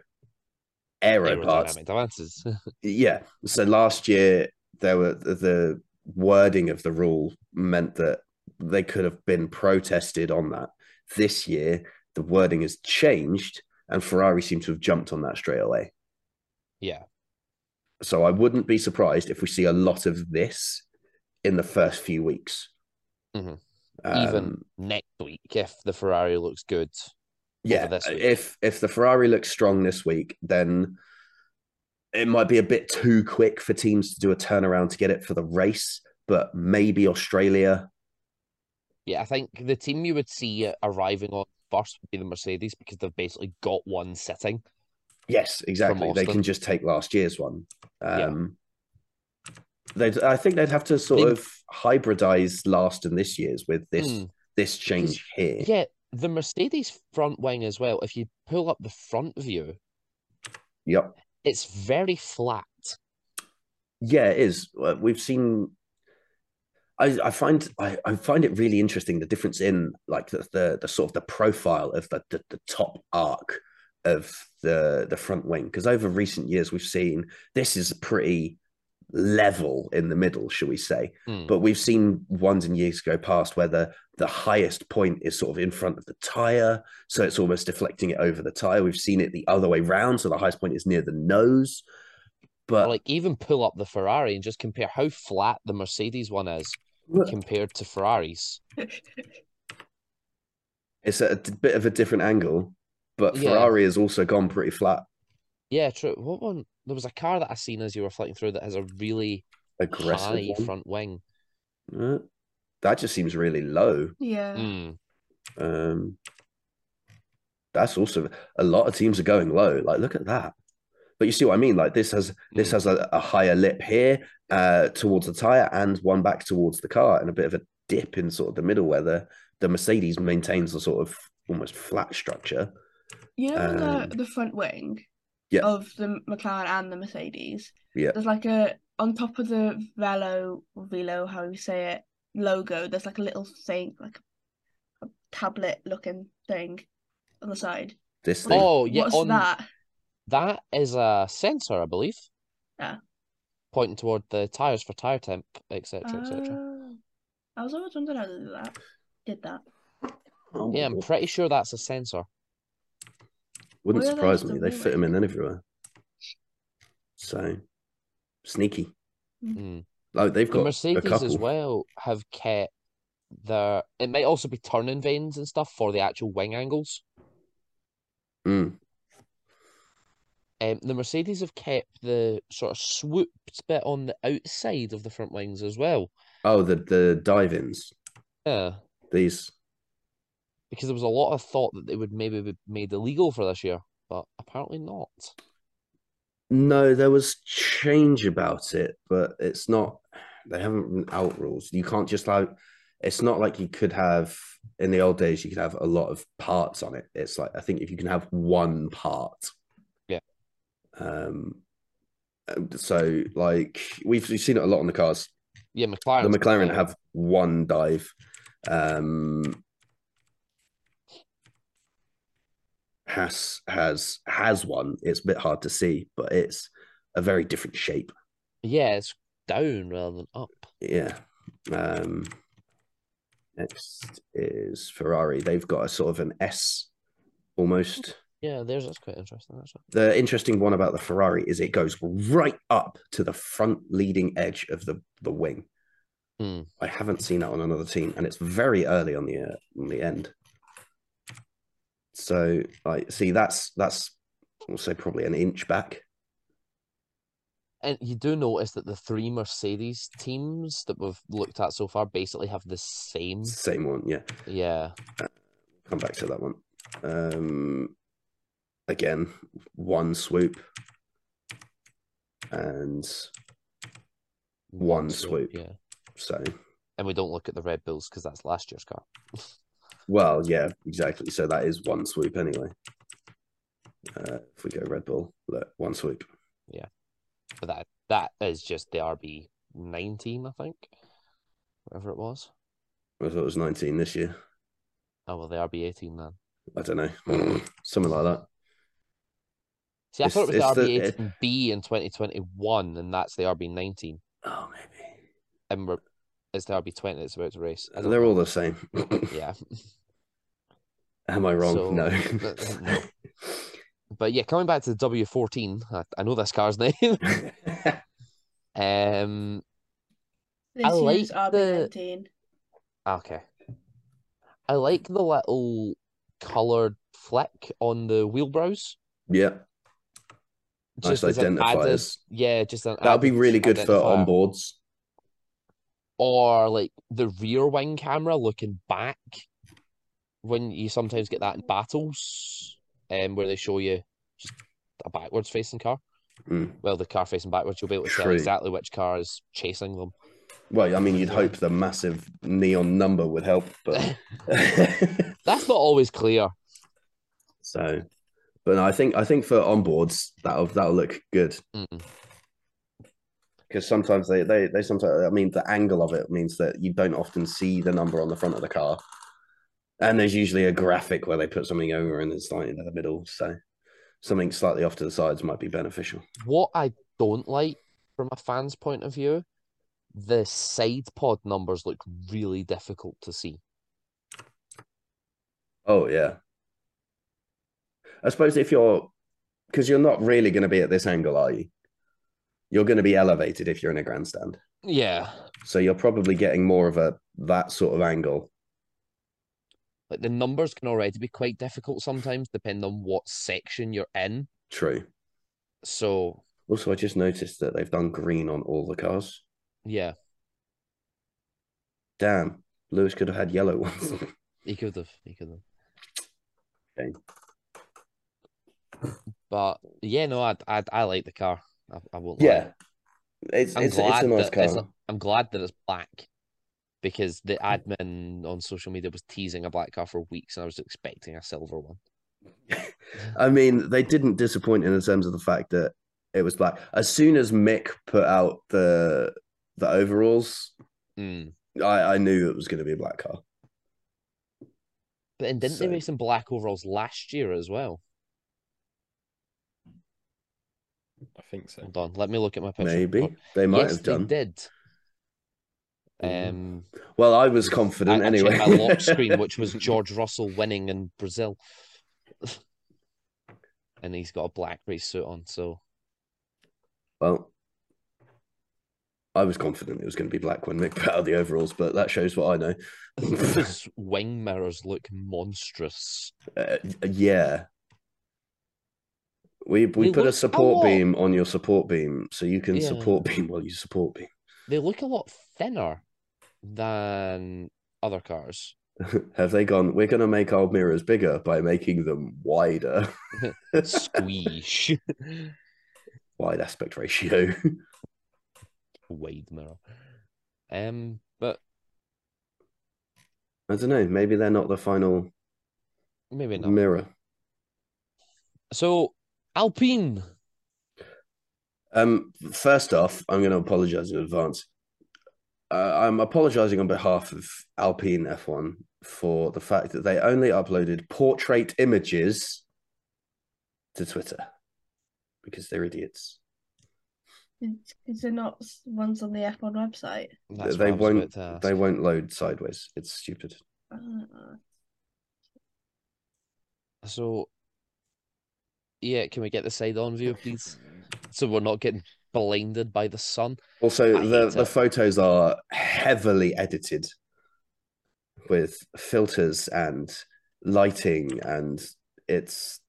[SPEAKER 2] aero parts
[SPEAKER 1] aerodynamic advances.
[SPEAKER 2] yeah. So last year there were the- the wording of the rule meant that they could have been protested on that. This year the wording has changed and Ferrari seem to have jumped on that straight away.
[SPEAKER 1] yeah,
[SPEAKER 2] So I wouldn't be surprised if we see a lot of this in the first few weeks.
[SPEAKER 1] Mhm. Even
[SPEAKER 2] Um,
[SPEAKER 1] next week if the Ferrari looks good.
[SPEAKER 2] yeah
[SPEAKER 1] this week.
[SPEAKER 2] if if the ferrari looks strong this week then it might be a bit too quick for teams to do a turnaround to get it for the race but maybe australia
[SPEAKER 1] Yeah, I think the team you would see arriving on first would be the Mercedes because they've basically got one sitting.
[SPEAKER 2] yes exactly they
[SPEAKER 1] Austin.
[SPEAKER 2] can just take last year's one
[SPEAKER 1] Yeah.
[SPEAKER 2] um they'd i think they'd have to sort
[SPEAKER 1] They-
[SPEAKER 2] of hybridize last and this year's with this
[SPEAKER 1] Hmm.
[SPEAKER 2] this change here
[SPEAKER 1] Yeah, the Mercedes front wing as well. If you pull up the front view,
[SPEAKER 2] yep
[SPEAKER 1] it's very flat.
[SPEAKER 2] Yeah, it is. Uh, We've seen. I, I find I, I find it really interesting the difference in like the the, the sort of the profile of the, the the top arc of the the front wing because over recent years we've seen this is pretty level in the middle, shall we say?
[SPEAKER 1] Hmm.
[SPEAKER 2] But we've seen ones in years go past where the the highest point is sort of in front of the tire, so it's almost deflecting it over the tire. We've seen it the other way round, so the highest point is near the nose.
[SPEAKER 1] Or
[SPEAKER 2] But
[SPEAKER 1] like even pull up the Ferrari and just compare how flat the Mercedes one is
[SPEAKER 2] Look.
[SPEAKER 1] compared to Ferrari's.
[SPEAKER 2] it's at a d- bit of a different angle, but
[SPEAKER 1] Yeah.
[SPEAKER 2] Ferrari has also gone pretty flat.
[SPEAKER 1] Yeah, true. What one? There was a car that I seen as you were flicking through that has a really
[SPEAKER 2] Aggressive.
[SPEAKER 1] high
[SPEAKER 2] one.
[SPEAKER 1] front wing.
[SPEAKER 2] Uh, That just seems really low.
[SPEAKER 4] *laughs* Yeah.
[SPEAKER 1] Mm.
[SPEAKER 2] Um, that's also a lot of teams are going low. Like, look at that. But you see what I mean? Like this has this
[SPEAKER 1] Mm.
[SPEAKER 2] has a, a higher lip here uh, towards the tire and one back towards the car, and a bit of a dip in sort of the middle where the, the Mercedes maintains a sort of almost flat structure.
[SPEAKER 4] You know, on
[SPEAKER 2] Um,
[SPEAKER 4] the, the front wing
[SPEAKER 2] Yeah.
[SPEAKER 4] of the McLaren and the Mercedes,
[SPEAKER 2] Yeah.
[SPEAKER 4] there's like a, on top of the Velo, Velo, how you say it, logo, there's like a little thing, like a tablet looking thing on the side.
[SPEAKER 2] This thing.
[SPEAKER 1] Oh yeah,
[SPEAKER 4] What's
[SPEAKER 1] on
[SPEAKER 4] that?
[SPEAKER 1] that is a sensor, I believe.
[SPEAKER 4] Yeah.
[SPEAKER 1] Pointing toward the tires for tire temp, etc., etc.
[SPEAKER 4] Oh. I was always wondering how they did that. Did that.
[SPEAKER 2] Oh my
[SPEAKER 1] Yeah, I'm
[SPEAKER 2] God.
[SPEAKER 1] pretty sure that's a sensor.
[SPEAKER 2] Wouldn't
[SPEAKER 4] Where are
[SPEAKER 2] surprise
[SPEAKER 4] those
[SPEAKER 2] me.
[SPEAKER 4] the
[SPEAKER 2] They fit them in everywhere. So sneaky.
[SPEAKER 1] Mm.
[SPEAKER 2] Like they've
[SPEAKER 1] The
[SPEAKER 2] got a
[SPEAKER 1] Mercedes
[SPEAKER 2] couple.
[SPEAKER 1] as well have kept their. It might also be turning vanes and stuff for the actual wing angles.
[SPEAKER 2] Mm,
[SPEAKER 1] Um, the Mercedes have kept the sort of swooped bit on the outside of the front wings as well.
[SPEAKER 2] Oh, the the dive-ins.
[SPEAKER 1] Yeah,
[SPEAKER 2] These.
[SPEAKER 1] because there was a lot of thought that they would maybe be made illegal for this year, but apparently not.
[SPEAKER 2] No, there was change about it, but it's not. They haven't written out rules. You can't just like. It's not like you could have in the old days. You could have a lot of parts on it. It's like I think if you can have one part.
[SPEAKER 1] Yeah.
[SPEAKER 2] Um. and So like we've, we've seen it a lot on the cars.
[SPEAKER 1] Yeah, McLaren.
[SPEAKER 2] the McLaren have one dive. Um, Haas has has one. It's a bit hard to see, but it's a very different shape.
[SPEAKER 1] Yeah, it's down rather than up.
[SPEAKER 2] Yeah, Um, next is Ferrari. They've got a sort of an S almost.
[SPEAKER 1] Yeah, there's that's quite interesting actually.
[SPEAKER 2] The interesting one about the Ferrari is it goes right up to the front leading edge of the, the wing.
[SPEAKER 1] Hmm.
[SPEAKER 2] I haven't seen that on another team, and it's very early on the uh, on the end. So, like, see, that's that's also probably an inch back.
[SPEAKER 1] And you do notice that the three Mercedes teams that we've looked at so far basically have the same.
[SPEAKER 2] Same one, yeah.
[SPEAKER 1] Yeah.
[SPEAKER 2] Come back to that one. Um, again, one swoop and one swoop.
[SPEAKER 1] Yeah.
[SPEAKER 2] So,
[SPEAKER 1] And we don't look at the Red Bulls because that's last year's car.
[SPEAKER 2] well, yeah, exactly. So that is one swoop anyway. Uh, if we go Red Bull, look, one swoop.
[SPEAKER 1] But that that is just the RB nineteen, I think. Whatever it was.
[SPEAKER 2] I thought it was 19 this year.
[SPEAKER 1] Oh well the RB eighteen then.
[SPEAKER 2] I don't
[SPEAKER 1] Mm.
[SPEAKER 2] know, something like that.
[SPEAKER 1] See, I thought it was
[SPEAKER 2] It's-
[SPEAKER 1] the RB
[SPEAKER 2] it's the-
[SPEAKER 1] eighteen B in twenty twenty one and that's the RB nineteen.
[SPEAKER 2] Oh, maybe
[SPEAKER 1] And we're it's the RB twenty that's about to race. I don't
[SPEAKER 2] they're
[SPEAKER 1] know.
[SPEAKER 2] all the same. *laughs*
[SPEAKER 1] yeah.
[SPEAKER 2] Am I wrong?
[SPEAKER 1] So-
[SPEAKER 2] no.
[SPEAKER 1] No. But yeah, coming back to the W fourteen, I, I know this car's *laughs* name. um
[SPEAKER 4] This
[SPEAKER 1] I like
[SPEAKER 4] year's
[SPEAKER 1] the-
[SPEAKER 4] RB19.
[SPEAKER 1] Okay. I like the little coloured fleck on the wheel brows.
[SPEAKER 2] *laughs* yeah, nice
[SPEAKER 1] Just as an added,
[SPEAKER 2] identifiers.
[SPEAKER 1] yeah, just an
[SPEAKER 2] That would be
[SPEAKER 1] added
[SPEAKER 2] really good for
[SPEAKER 1] identifier.
[SPEAKER 2] onboards.
[SPEAKER 1] Or like the rear wing camera looking back when you sometimes get that in battles, um, where they show you just a backwards facing car.
[SPEAKER 2] Mm.
[SPEAKER 1] Well, the car facing backwards, you'll be able to tell
[SPEAKER 2] True.
[SPEAKER 1] exactly which car is chasing them.
[SPEAKER 2] Well, I mean, you'd hope the massive neon number would help,
[SPEAKER 1] *laughs*
[SPEAKER 2] but *laughs*
[SPEAKER 1] That's not always clear.
[SPEAKER 2] so. But no, I think I think for onboards that'll that'll look good
[SPEAKER 1] Mm.
[SPEAKER 2] because sometimes they, they they sometimes I mean the angle of it means that you don't often see the number on the front of the car, and there's usually a graphic where they put something over and it's like in the middle, so something slightly off to the sides might be beneficial.
[SPEAKER 1] What I don't like from a fan's point of view, the side pod numbers look really difficult to see.
[SPEAKER 2] Oh yeah. I suppose if you're because you're not really going to be at this angle, are you? You're going to be elevated if you're in a grandstand.
[SPEAKER 1] Yeah.
[SPEAKER 2] So you're probably getting more of a that sort of angle.
[SPEAKER 1] Like the numbers can already be quite difficult sometimes, depending on what section you're in.
[SPEAKER 2] True.
[SPEAKER 1] So,
[SPEAKER 2] Also, I just noticed that they've done green on all the cars.
[SPEAKER 1] yeah,
[SPEAKER 2] Damn, Lewis could have had yellow ones.
[SPEAKER 1] *laughs*
[SPEAKER 2] *laughs*
[SPEAKER 1] he could have. He could have.
[SPEAKER 2] Okay.
[SPEAKER 1] But yeah, no, I I, I like the car. I, I won't. lie.
[SPEAKER 2] yeah, it's
[SPEAKER 1] I'm
[SPEAKER 2] it's, it's
[SPEAKER 1] glad
[SPEAKER 2] a nice
[SPEAKER 1] that it's
[SPEAKER 2] car.
[SPEAKER 1] a- I'm glad that it's black because the
[SPEAKER 2] Hmm.
[SPEAKER 1] admin on social media was teasing a black car for weeks, and I was expecting a silver one.
[SPEAKER 2] I mean, they didn't disappoint in the terms of the fact that it was black. As soon as Mick put out the the overalls, Hmm.
[SPEAKER 1] Mm.
[SPEAKER 2] I, I knew it was going to be a black car.
[SPEAKER 1] But then didn't
[SPEAKER 2] So-
[SPEAKER 1] they make some black overalls last year as well?
[SPEAKER 3] I think so.
[SPEAKER 1] Hold on, let me look at my picture.
[SPEAKER 2] Maybe they might
[SPEAKER 1] yes,
[SPEAKER 2] have done.
[SPEAKER 1] they did.
[SPEAKER 2] Mm.
[SPEAKER 1] Um,
[SPEAKER 2] Well, I was
[SPEAKER 1] I,
[SPEAKER 2] confident
[SPEAKER 1] I
[SPEAKER 2] anyway.
[SPEAKER 1] checked my
[SPEAKER 2] *laughs*
[SPEAKER 1] lock screen, which was George Russell winning in Brazil, *laughs* and he's got a black race suit on.
[SPEAKER 2] *laughs*
[SPEAKER 1] So
[SPEAKER 2] Well, I was confident it was going to be black when Mick put out the overalls, but that shows what I know.
[SPEAKER 1] *laughs* his wing mirrors look monstrous.
[SPEAKER 2] Uh, yeah, we we
[SPEAKER 1] They
[SPEAKER 2] put a
[SPEAKER 1] look tall.
[SPEAKER 2] support beam on your support beam, so you can
[SPEAKER 1] Yeah.
[SPEAKER 2] support beam while you support beam. *laughs*
[SPEAKER 1] They look a lot thinner than other cars.
[SPEAKER 2] Have they gone? We're going to make our mirrors bigger by making them wider, *laughs*
[SPEAKER 1] Squeeze
[SPEAKER 2] wide aspect ratio.
[SPEAKER 1] *laughs*
[SPEAKER 2] *laughs*
[SPEAKER 1] wide mirror. Um, but
[SPEAKER 2] I don't know. Maybe they're not the final
[SPEAKER 1] maybe not.
[SPEAKER 2] mirror.
[SPEAKER 1] So Alpine.
[SPEAKER 2] Um, first off, I'm going to apologize in advance. Uh, I'm apologizing on behalf of Alpine F1 for the fact that they only uploaded portrait images to Twitter because they're idiots.
[SPEAKER 4] Because they're not s- ones on the F1 website.
[SPEAKER 1] That's
[SPEAKER 2] they
[SPEAKER 1] what I was about
[SPEAKER 2] won't.
[SPEAKER 1] to ask.
[SPEAKER 2] They won't load sideways. It's stupid.
[SPEAKER 4] Uh,
[SPEAKER 1] So, yeah, can we get the side on view, please? So we're not getting blinded by the sun.
[SPEAKER 2] Also,
[SPEAKER 1] I
[SPEAKER 2] the
[SPEAKER 1] hate
[SPEAKER 2] the
[SPEAKER 1] it.
[SPEAKER 2] photos are heavily edited with filters and lighting, and it's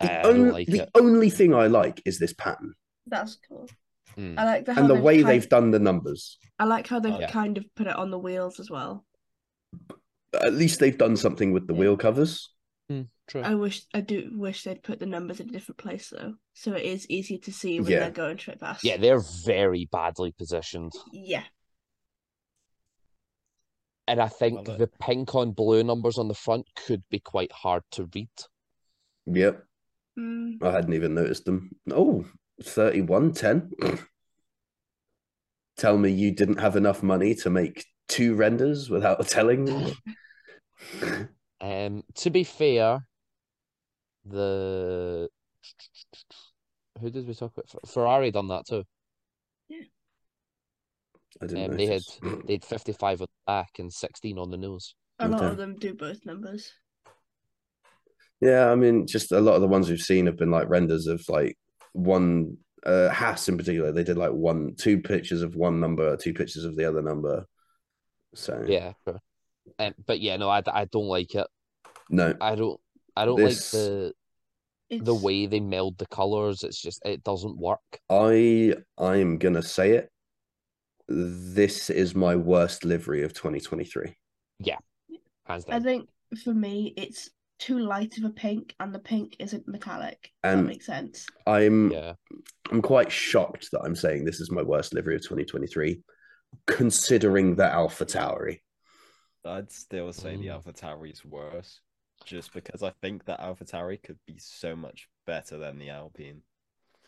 [SPEAKER 2] the,
[SPEAKER 1] I
[SPEAKER 2] only,
[SPEAKER 1] don't like
[SPEAKER 2] the
[SPEAKER 1] it.
[SPEAKER 2] only thing I like is this pattern
[SPEAKER 4] that's cool.
[SPEAKER 1] Mm.
[SPEAKER 2] Uh,
[SPEAKER 4] I like the how
[SPEAKER 2] and the
[SPEAKER 4] they've
[SPEAKER 2] way
[SPEAKER 4] kind-
[SPEAKER 2] they've done the numbers.
[SPEAKER 4] I like how
[SPEAKER 1] Oh,
[SPEAKER 4] they've
[SPEAKER 3] Yeah.
[SPEAKER 4] kind of put it on the wheels as well.
[SPEAKER 2] At least they've done something with the wheel covers.
[SPEAKER 1] True.
[SPEAKER 2] uh,
[SPEAKER 4] I wish I do wish they'd put the numbers in a different place though, so it is easier to see when
[SPEAKER 2] Yeah.
[SPEAKER 4] they're going straight past.
[SPEAKER 1] Yeah, they're very badly positioned.
[SPEAKER 4] yeah.
[SPEAKER 1] And I think
[SPEAKER 3] Love it.
[SPEAKER 1] the pink on blue numbers on the front could be quite hard to read.
[SPEAKER 2] Yep,
[SPEAKER 4] Mm.
[SPEAKER 2] I hadn't even noticed them. Oh, 31, 10. *clears throat* Tell me you didn't have enough money to make two renders without
[SPEAKER 1] *laughs*
[SPEAKER 2] telling me.
[SPEAKER 1] Um, to be fair, the who did we talk about? Fer- Ferrari done that too.
[SPEAKER 2] I didn't
[SPEAKER 1] Um, they had
[SPEAKER 2] notice.
[SPEAKER 1] they had fifty five on the back and sixteen on the nose.
[SPEAKER 4] A lot
[SPEAKER 2] Okay.
[SPEAKER 4] of them do both numbers.
[SPEAKER 2] *clears throat* Yeah, I mean, just a lot of the ones we've seen have been like renders of like one uh Haas in particular. They did like one, two pictures of one number, two pictures of the other number. So
[SPEAKER 1] Yeah, but, um, but yeah, no, I, d- I don't like it.
[SPEAKER 2] no,
[SPEAKER 1] I don't I don't
[SPEAKER 2] This-
[SPEAKER 1] like the
[SPEAKER 4] It's
[SPEAKER 1] the way they meld the colors. It's just it doesn't work.
[SPEAKER 2] I I am gonna say it. This is my worst livery of 2023.
[SPEAKER 1] Hands
[SPEAKER 4] I
[SPEAKER 1] down.
[SPEAKER 4] think for me it's too light of a pink and the pink isn't metallic. if
[SPEAKER 2] And-
[SPEAKER 4] that makes sense.
[SPEAKER 2] I'm
[SPEAKER 1] Yeah,
[SPEAKER 2] I'm quite shocked that I'm saying this is my worst livery of 2023, considering the Alpha Tauri.
[SPEAKER 3] I'd still say the
[SPEAKER 1] Mm.
[SPEAKER 3] Alpha Tauri is worse, just because I think that Alpha Tauri could be so much better than the Alpine.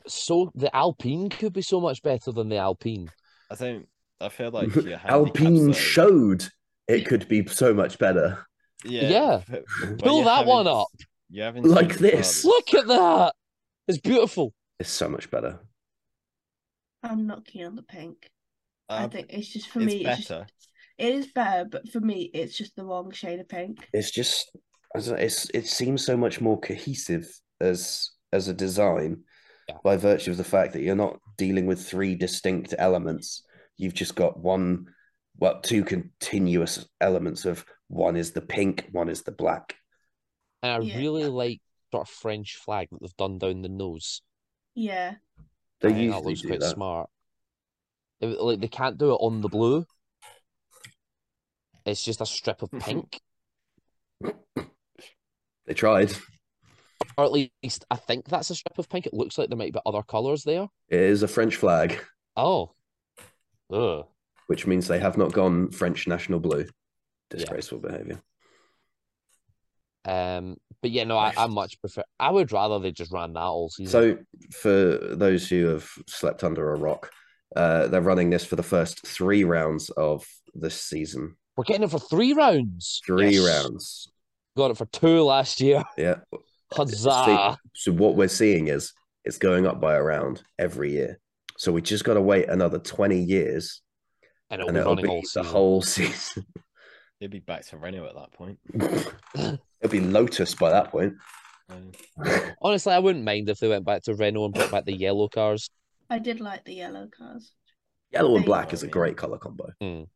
[SPEAKER 1] so the Alpine could be so much better than the Alpine.
[SPEAKER 3] I don't. I feel
[SPEAKER 2] *laughs*
[SPEAKER 3] like your
[SPEAKER 2] Alpine
[SPEAKER 3] handicaps are-
[SPEAKER 2] showed it could be so much better. *laughs*
[SPEAKER 3] Yeah,
[SPEAKER 1] Yeah.
[SPEAKER 3] but- but
[SPEAKER 1] Pull
[SPEAKER 3] you
[SPEAKER 1] that one
[SPEAKER 3] haven't-
[SPEAKER 1] up.
[SPEAKER 3] You haven't
[SPEAKER 2] Like
[SPEAKER 3] seen the car
[SPEAKER 2] this.
[SPEAKER 3] that's-
[SPEAKER 1] Look at that. It's beautiful.
[SPEAKER 2] It's so much better.
[SPEAKER 4] I'm not keen on the pink. I
[SPEAKER 1] Um,
[SPEAKER 3] Uh,
[SPEAKER 4] think it's just for
[SPEAKER 3] it's
[SPEAKER 4] me it's just-
[SPEAKER 3] better.
[SPEAKER 4] it is better, but for me it's just the wrong shade of pink.
[SPEAKER 2] it's just I don't know, it's it seems so much more cohesive as as a design
[SPEAKER 1] Yeah.
[SPEAKER 2] by virtue of the fact that you're not dealing with three distinct elements you've just got one well two continuous elements of one is the pink one is the black
[SPEAKER 1] And I
[SPEAKER 4] Yeah.
[SPEAKER 1] really like sort of French flag that they've done down the nose.
[SPEAKER 4] Yeah.
[SPEAKER 2] they
[SPEAKER 1] I think that
[SPEAKER 2] usually
[SPEAKER 1] looks
[SPEAKER 2] do
[SPEAKER 1] quite
[SPEAKER 2] that
[SPEAKER 1] smart. They- Like they can't do it on the blue. It's just a strip
[SPEAKER 2] Mm-hmm.
[SPEAKER 1] of pink,
[SPEAKER 2] they tried
[SPEAKER 1] or at least I think that's a strip of pink. It looks like there might be other colors there.
[SPEAKER 2] it is a french flag
[SPEAKER 1] Oh, ugh.
[SPEAKER 2] which means they have not gone french national blue
[SPEAKER 1] Yeah.
[SPEAKER 2] disgraceful behavior
[SPEAKER 1] Um, but yeah, no, I, I much prefer. I would rather they just ran that all season.
[SPEAKER 2] So, for those who have slept under a rock, uh, they're running this for the first three rounds of this season.
[SPEAKER 1] We're getting it for three rounds.
[SPEAKER 2] Three
[SPEAKER 1] Yes.
[SPEAKER 2] rounds.
[SPEAKER 1] Got it for two last year. *laughs*
[SPEAKER 2] Yeah.
[SPEAKER 1] Huzzah!
[SPEAKER 2] So, what we're seeing is it's going up by a round every year. So, we just got to wait another 20 years
[SPEAKER 1] And it'll
[SPEAKER 2] and
[SPEAKER 1] be
[SPEAKER 2] it'll
[SPEAKER 1] running
[SPEAKER 2] be
[SPEAKER 1] all
[SPEAKER 2] the
[SPEAKER 1] season.
[SPEAKER 2] whole *laughs* season.
[SPEAKER 3] You'd be back to Renault at that point.
[SPEAKER 2] it'll be Lotus by that point.
[SPEAKER 3] Um,
[SPEAKER 1] Honestly, I wouldn't mind if they went back to Renault and brought back the yellow cars.
[SPEAKER 4] I did like the yellow cars.
[SPEAKER 2] Yellow and
[SPEAKER 4] Hey.
[SPEAKER 2] black is a great color combo.
[SPEAKER 3] I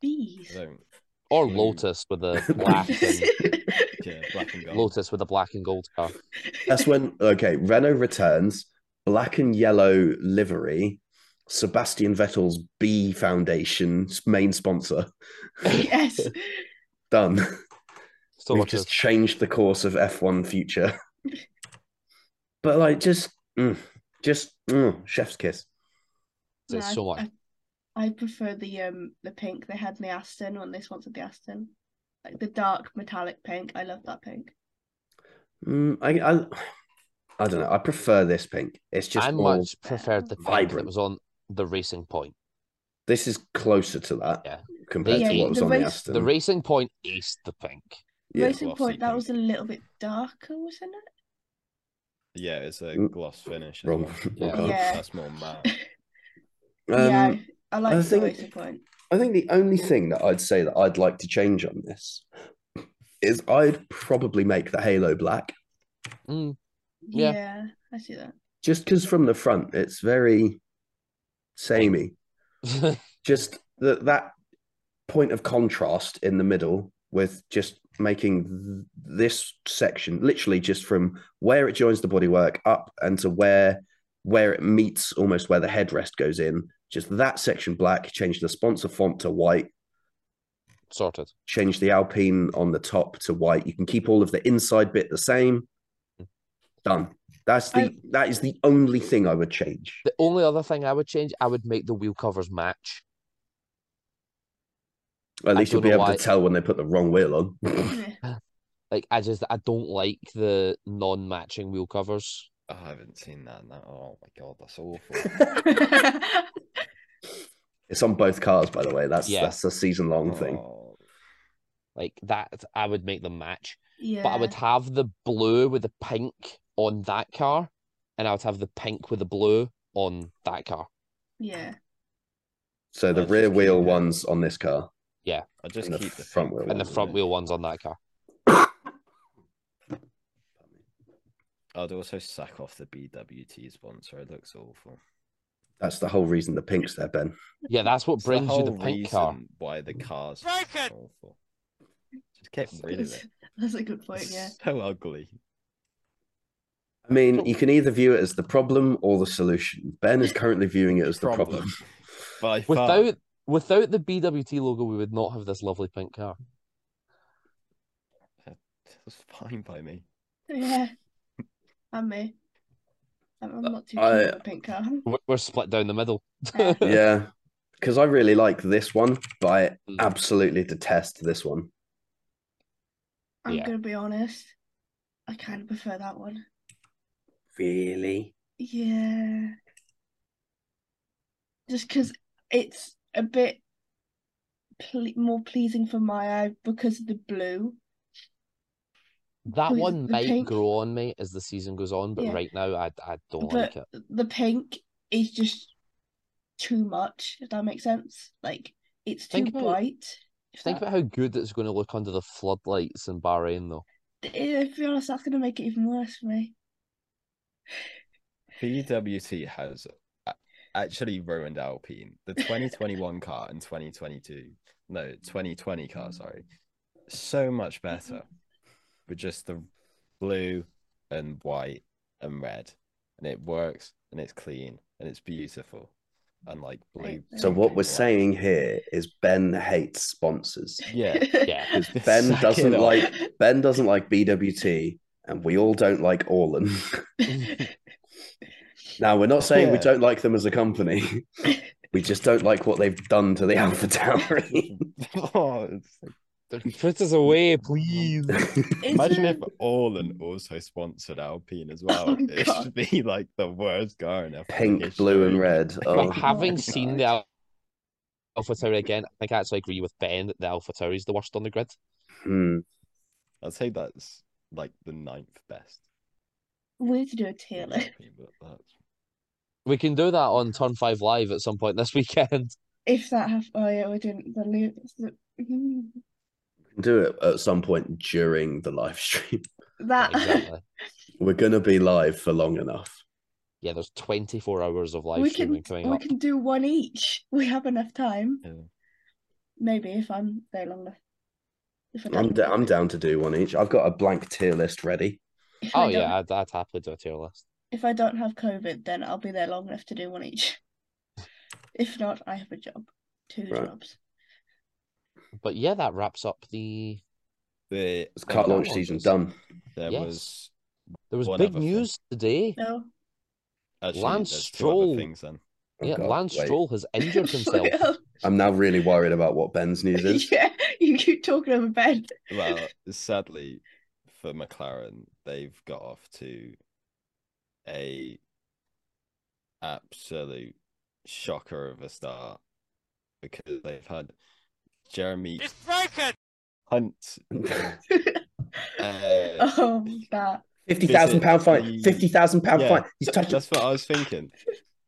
[SPEAKER 4] Bees. *laughs*
[SPEAKER 3] don't
[SPEAKER 2] *laughs*
[SPEAKER 1] Or
[SPEAKER 3] Blue.
[SPEAKER 1] Lotus with the black and
[SPEAKER 3] care. Black and gold.
[SPEAKER 1] Lotus with the black and gold car. *laughs*
[SPEAKER 2] That's when okay, Renault returns, black and yellow livery, Sebastian Vettel's B Foundation's main sponsor.
[SPEAKER 1] *laughs*
[SPEAKER 4] yes.
[SPEAKER 2] Done.
[SPEAKER 1] So
[SPEAKER 2] We've
[SPEAKER 1] much
[SPEAKER 2] just
[SPEAKER 1] as
[SPEAKER 2] changed the course of F1 future. but like just mm, just mm, chef's kiss.
[SPEAKER 4] No,
[SPEAKER 1] It's
[SPEAKER 4] I-
[SPEAKER 1] so much.
[SPEAKER 4] I, I prefer the um the pink they had in the Aston when they sponsored the Aston. Like the dark metallic pink. I love that pink.
[SPEAKER 2] Mm, I, I I don't know. I prefer this pink. It's just
[SPEAKER 1] I
[SPEAKER 2] more,
[SPEAKER 1] much preferred the pink
[SPEAKER 2] vibrant.
[SPEAKER 1] that was on the racing point.
[SPEAKER 2] this is closer to that
[SPEAKER 1] Yeah.
[SPEAKER 2] compared
[SPEAKER 1] Yeah,
[SPEAKER 2] to what was
[SPEAKER 4] the
[SPEAKER 2] on
[SPEAKER 4] race-
[SPEAKER 2] the Aston.
[SPEAKER 1] The racing point aced the pink.
[SPEAKER 2] Yeah.
[SPEAKER 4] Racing
[SPEAKER 3] Glossy
[SPEAKER 4] Point, that
[SPEAKER 3] pink.
[SPEAKER 4] was a little bit darker, wasn't it?
[SPEAKER 3] Yeah, it's a
[SPEAKER 2] Mm.
[SPEAKER 3] gloss finish. as
[SPEAKER 2] Wrong.
[SPEAKER 3] well.
[SPEAKER 1] Yeah.
[SPEAKER 2] *laughs* wrong.
[SPEAKER 4] Yeah.
[SPEAKER 3] That's more matte.
[SPEAKER 4] yeah,
[SPEAKER 2] Um,
[SPEAKER 4] I like
[SPEAKER 2] I
[SPEAKER 4] the
[SPEAKER 2] think-
[SPEAKER 4] oyster point.
[SPEAKER 2] I think the only thing that I'd say that I'd like to change on this is I'd probably make the halo black
[SPEAKER 1] Mm,
[SPEAKER 4] Yeah.
[SPEAKER 1] Yeah.
[SPEAKER 4] I
[SPEAKER 1] *laughs*
[SPEAKER 4] see that.
[SPEAKER 2] just because from the front it's very samey.
[SPEAKER 3] Mm.
[SPEAKER 2] Just that that point of contrast in the middle with just making th- this section literally just from where it joins the bodywork up and to where where it meets almost where the headrest goes in. Just that section black. Change the sponsor font to white.
[SPEAKER 1] *laughs* sorted.
[SPEAKER 2] change the Alpine on the top to white. You can keep all of the inside bit the same. Done. That's the
[SPEAKER 4] I-
[SPEAKER 2] that is the only thing I would change.
[SPEAKER 1] The only other thing I would change, I would make the wheel covers match.
[SPEAKER 2] At
[SPEAKER 1] I
[SPEAKER 2] least you'll
[SPEAKER 1] don't
[SPEAKER 2] be
[SPEAKER 1] know
[SPEAKER 2] able
[SPEAKER 1] why-
[SPEAKER 2] to tell when they put the wrong wheel
[SPEAKER 4] *laughs*
[SPEAKER 2] on.
[SPEAKER 4] Yeah.
[SPEAKER 1] Like I just I don't like the non-matching wheel covers.
[SPEAKER 3] Oh, I haven't seen that. Now. Oh my god, that's awful.
[SPEAKER 2] it's on both cars, by the way. That's
[SPEAKER 1] Yeah.
[SPEAKER 2] that's a season long thing.
[SPEAKER 3] Oh,
[SPEAKER 1] Like that, I would make them match.
[SPEAKER 4] yeah. *laughs*
[SPEAKER 1] But I would have the blue with the pink on that car, and I would have the pink with the blue on that car.
[SPEAKER 4] Yeah.
[SPEAKER 2] So the
[SPEAKER 3] Let's
[SPEAKER 2] rear
[SPEAKER 3] just
[SPEAKER 2] wheel
[SPEAKER 3] keep it.
[SPEAKER 2] ones on this car.
[SPEAKER 3] I just
[SPEAKER 2] And the
[SPEAKER 3] keep the
[SPEAKER 2] front
[SPEAKER 3] pink
[SPEAKER 2] wheel
[SPEAKER 1] and the
[SPEAKER 3] one,
[SPEAKER 1] front
[SPEAKER 3] innit?
[SPEAKER 1] wheel ones on that car.
[SPEAKER 3] I'd also sack off the BWT sponsor. It looks awful.
[SPEAKER 2] That's the whole reason the pink's there, Ben.
[SPEAKER 1] Yeah, that's what
[SPEAKER 3] It's
[SPEAKER 1] brings you the
[SPEAKER 3] whole
[SPEAKER 1] pink car.
[SPEAKER 3] reason Why the cars are
[SPEAKER 1] Break it!
[SPEAKER 3] awful? Just get rid of
[SPEAKER 4] That's,
[SPEAKER 3] it.
[SPEAKER 4] *laughs* that's a good point.
[SPEAKER 1] *laughs*
[SPEAKER 3] It's
[SPEAKER 4] Yeah.
[SPEAKER 3] *laughs* so ugly.
[SPEAKER 2] I mean, you can either view it as the problem or the solution. Ben is currently viewing it as the problem.
[SPEAKER 3] Problem. By far.
[SPEAKER 1] Without without the BWT logo, we would not have this lovely pink car.
[SPEAKER 3] It's fine by me.
[SPEAKER 4] Yeah. I'm me. I'm,
[SPEAKER 1] Uh,
[SPEAKER 4] I'm not too keen
[SPEAKER 2] I-
[SPEAKER 4] on the
[SPEAKER 1] *laughs*
[SPEAKER 4] pink car. Uh,
[SPEAKER 1] We're, we're split down the middle.
[SPEAKER 4] Yeah.
[SPEAKER 2] yeah, because I really like this one, but I
[SPEAKER 1] Mm.
[SPEAKER 2] absolutely detest this one.
[SPEAKER 4] I'm
[SPEAKER 1] Yeah.
[SPEAKER 4] gonna be honest. I kind of prefer that one.
[SPEAKER 2] Really?
[SPEAKER 4] Yeah. Just because it's a bit ple- more pleasing for my eye because of the blue.
[SPEAKER 1] *laughs* That
[SPEAKER 4] With
[SPEAKER 1] one
[SPEAKER 4] the
[SPEAKER 1] might
[SPEAKER 4] pink.
[SPEAKER 1] grow on me as the season goes on, but
[SPEAKER 4] Yeah.
[SPEAKER 1] right now I Oh, I don't
[SPEAKER 4] but
[SPEAKER 1] like it.
[SPEAKER 4] the pink is just too much, if that makes sense. Like it's too
[SPEAKER 1] Think about-
[SPEAKER 4] bright. if
[SPEAKER 1] Think
[SPEAKER 4] that-
[SPEAKER 1] about how good it's going to look under the floodlights in Bahrain, though.
[SPEAKER 4] if you're Eh, honest, that's gonna make it even worse for me.
[SPEAKER 3] BWT has a- actually ruined Alpine. The 2021 car and 2022, no, 2020 car, sorry, so much better with just the blue and white and red, and it works and it's clean and it's beautiful. And like blue.
[SPEAKER 4] Right,
[SPEAKER 2] So
[SPEAKER 4] Okay,
[SPEAKER 2] what we're
[SPEAKER 3] black.
[SPEAKER 2] saying here is Ben hates sponsors.
[SPEAKER 3] yeah, *laughs*
[SPEAKER 1] Yeah.
[SPEAKER 2] Because Ben
[SPEAKER 3] Suck it
[SPEAKER 2] doesn't
[SPEAKER 3] up.
[SPEAKER 2] like Ben doesn't like BWT, and we all don't like Orlan.
[SPEAKER 3] *laughs*
[SPEAKER 2] now we're not saying we
[SPEAKER 3] Yeah.
[SPEAKER 2] don't like them as a
[SPEAKER 3] *laughs*
[SPEAKER 2] company. we just don't like what they've done to the Alpha Tauri.
[SPEAKER 3] Oh, it's like-
[SPEAKER 1] Put us away, please.
[SPEAKER 4] It's
[SPEAKER 3] imagine
[SPEAKER 4] a- *laughs*
[SPEAKER 3] if Orlan also sponsored Alpine as well.
[SPEAKER 4] Oh,
[SPEAKER 3] it
[SPEAKER 4] God.
[SPEAKER 3] should be like the worst car in
[SPEAKER 2] *laughs*
[SPEAKER 3] F1
[SPEAKER 2] Pink, blue, and
[SPEAKER 3] history. *laughs*
[SPEAKER 2] red.
[SPEAKER 1] But
[SPEAKER 2] Oh,
[SPEAKER 1] having
[SPEAKER 4] my
[SPEAKER 1] seen the Al- Alpha Tower again, I think I actually agree with Ben that the Alpha Tower is the worst on the grid.
[SPEAKER 2] hmm.
[SPEAKER 3] I'd say that's like the ninth best.
[SPEAKER 4] *laughs* we need to do a tier
[SPEAKER 3] in my
[SPEAKER 4] list.
[SPEAKER 3] opinion, but that's-
[SPEAKER 1] We can do that on Turn 5 Live at some point this *laughs* weekend.
[SPEAKER 4] If that happened, oh yeah, we didn't. The mm, loop.
[SPEAKER 2] do it at some point during the live stream. *laughs*
[SPEAKER 1] Yeah,
[SPEAKER 4] That
[SPEAKER 1] exactly.
[SPEAKER 2] We're gonna be live for long enough.
[SPEAKER 1] Yeah, there's 24 hours of live
[SPEAKER 4] *laughs* we can
[SPEAKER 1] streaming coming
[SPEAKER 4] we
[SPEAKER 1] up.
[SPEAKER 4] can do one each. We have enough time.
[SPEAKER 3] yeah.
[SPEAKER 4] Maybe if I'm there long enough. If I
[SPEAKER 2] I'm
[SPEAKER 4] don't-
[SPEAKER 2] d- I'm down to do one each. I've got a blank tier list ready.
[SPEAKER 4] *laughs*
[SPEAKER 2] *laughs*
[SPEAKER 4] if I
[SPEAKER 1] Oh,
[SPEAKER 4] don't-
[SPEAKER 1] yeah, I'd, I'd happily do a tier list.
[SPEAKER 4] If I don't have COVID, then I'll be there long enough to do one each. *laughs* If not, I have a job, two
[SPEAKER 2] Right.
[SPEAKER 4] jobs.
[SPEAKER 1] But yeah, that wraps up the.
[SPEAKER 3] The
[SPEAKER 2] It's cut
[SPEAKER 1] that
[SPEAKER 2] launch
[SPEAKER 1] one
[SPEAKER 2] season
[SPEAKER 1] was-
[SPEAKER 2] done.
[SPEAKER 3] There
[SPEAKER 1] Yes.
[SPEAKER 3] was
[SPEAKER 1] There was
[SPEAKER 3] One
[SPEAKER 1] big
[SPEAKER 3] other thing.
[SPEAKER 1] news today.
[SPEAKER 4] No.
[SPEAKER 3] actually
[SPEAKER 1] Lance
[SPEAKER 3] there's two
[SPEAKER 1] Stroll.
[SPEAKER 3] other things then.
[SPEAKER 2] Oh,
[SPEAKER 1] yeah,
[SPEAKER 2] God,
[SPEAKER 1] Lance
[SPEAKER 2] wait. oh,
[SPEAKER 1] Stroll has
[SPEAKER 2] *laughs*
[SPEAKER 1] injured
[SPEAKER 4] *laughs*
[SPEAKER 1] himself.
[SPEAKER 4] Well,
[SPEAKER 2] I'm now really worried about what Ben's news is. *laughs*
[SPEAKER 4] *laughs*
[SPEAKER 3] *laughs*
[SPEAKER 4] yeah, you keep talking over bed.
[SPEAKER 3] Well, sadly for McLaren, they've got off to a absolute shocker of a start because they've had Jeremy Hunt uh,
[SPEAKER 4] *laughs* Oh, that.
[SPEAKER 2] Fifty thousand pound fine.
[SPEAKER 3] Physically-
[SPEAKER 2] Fifty thousand pound
[SPEAKER 3] Yeah,
[SPEAKER 2] fine. He's touching.
[SPEAKER 3] That's what I was thinking.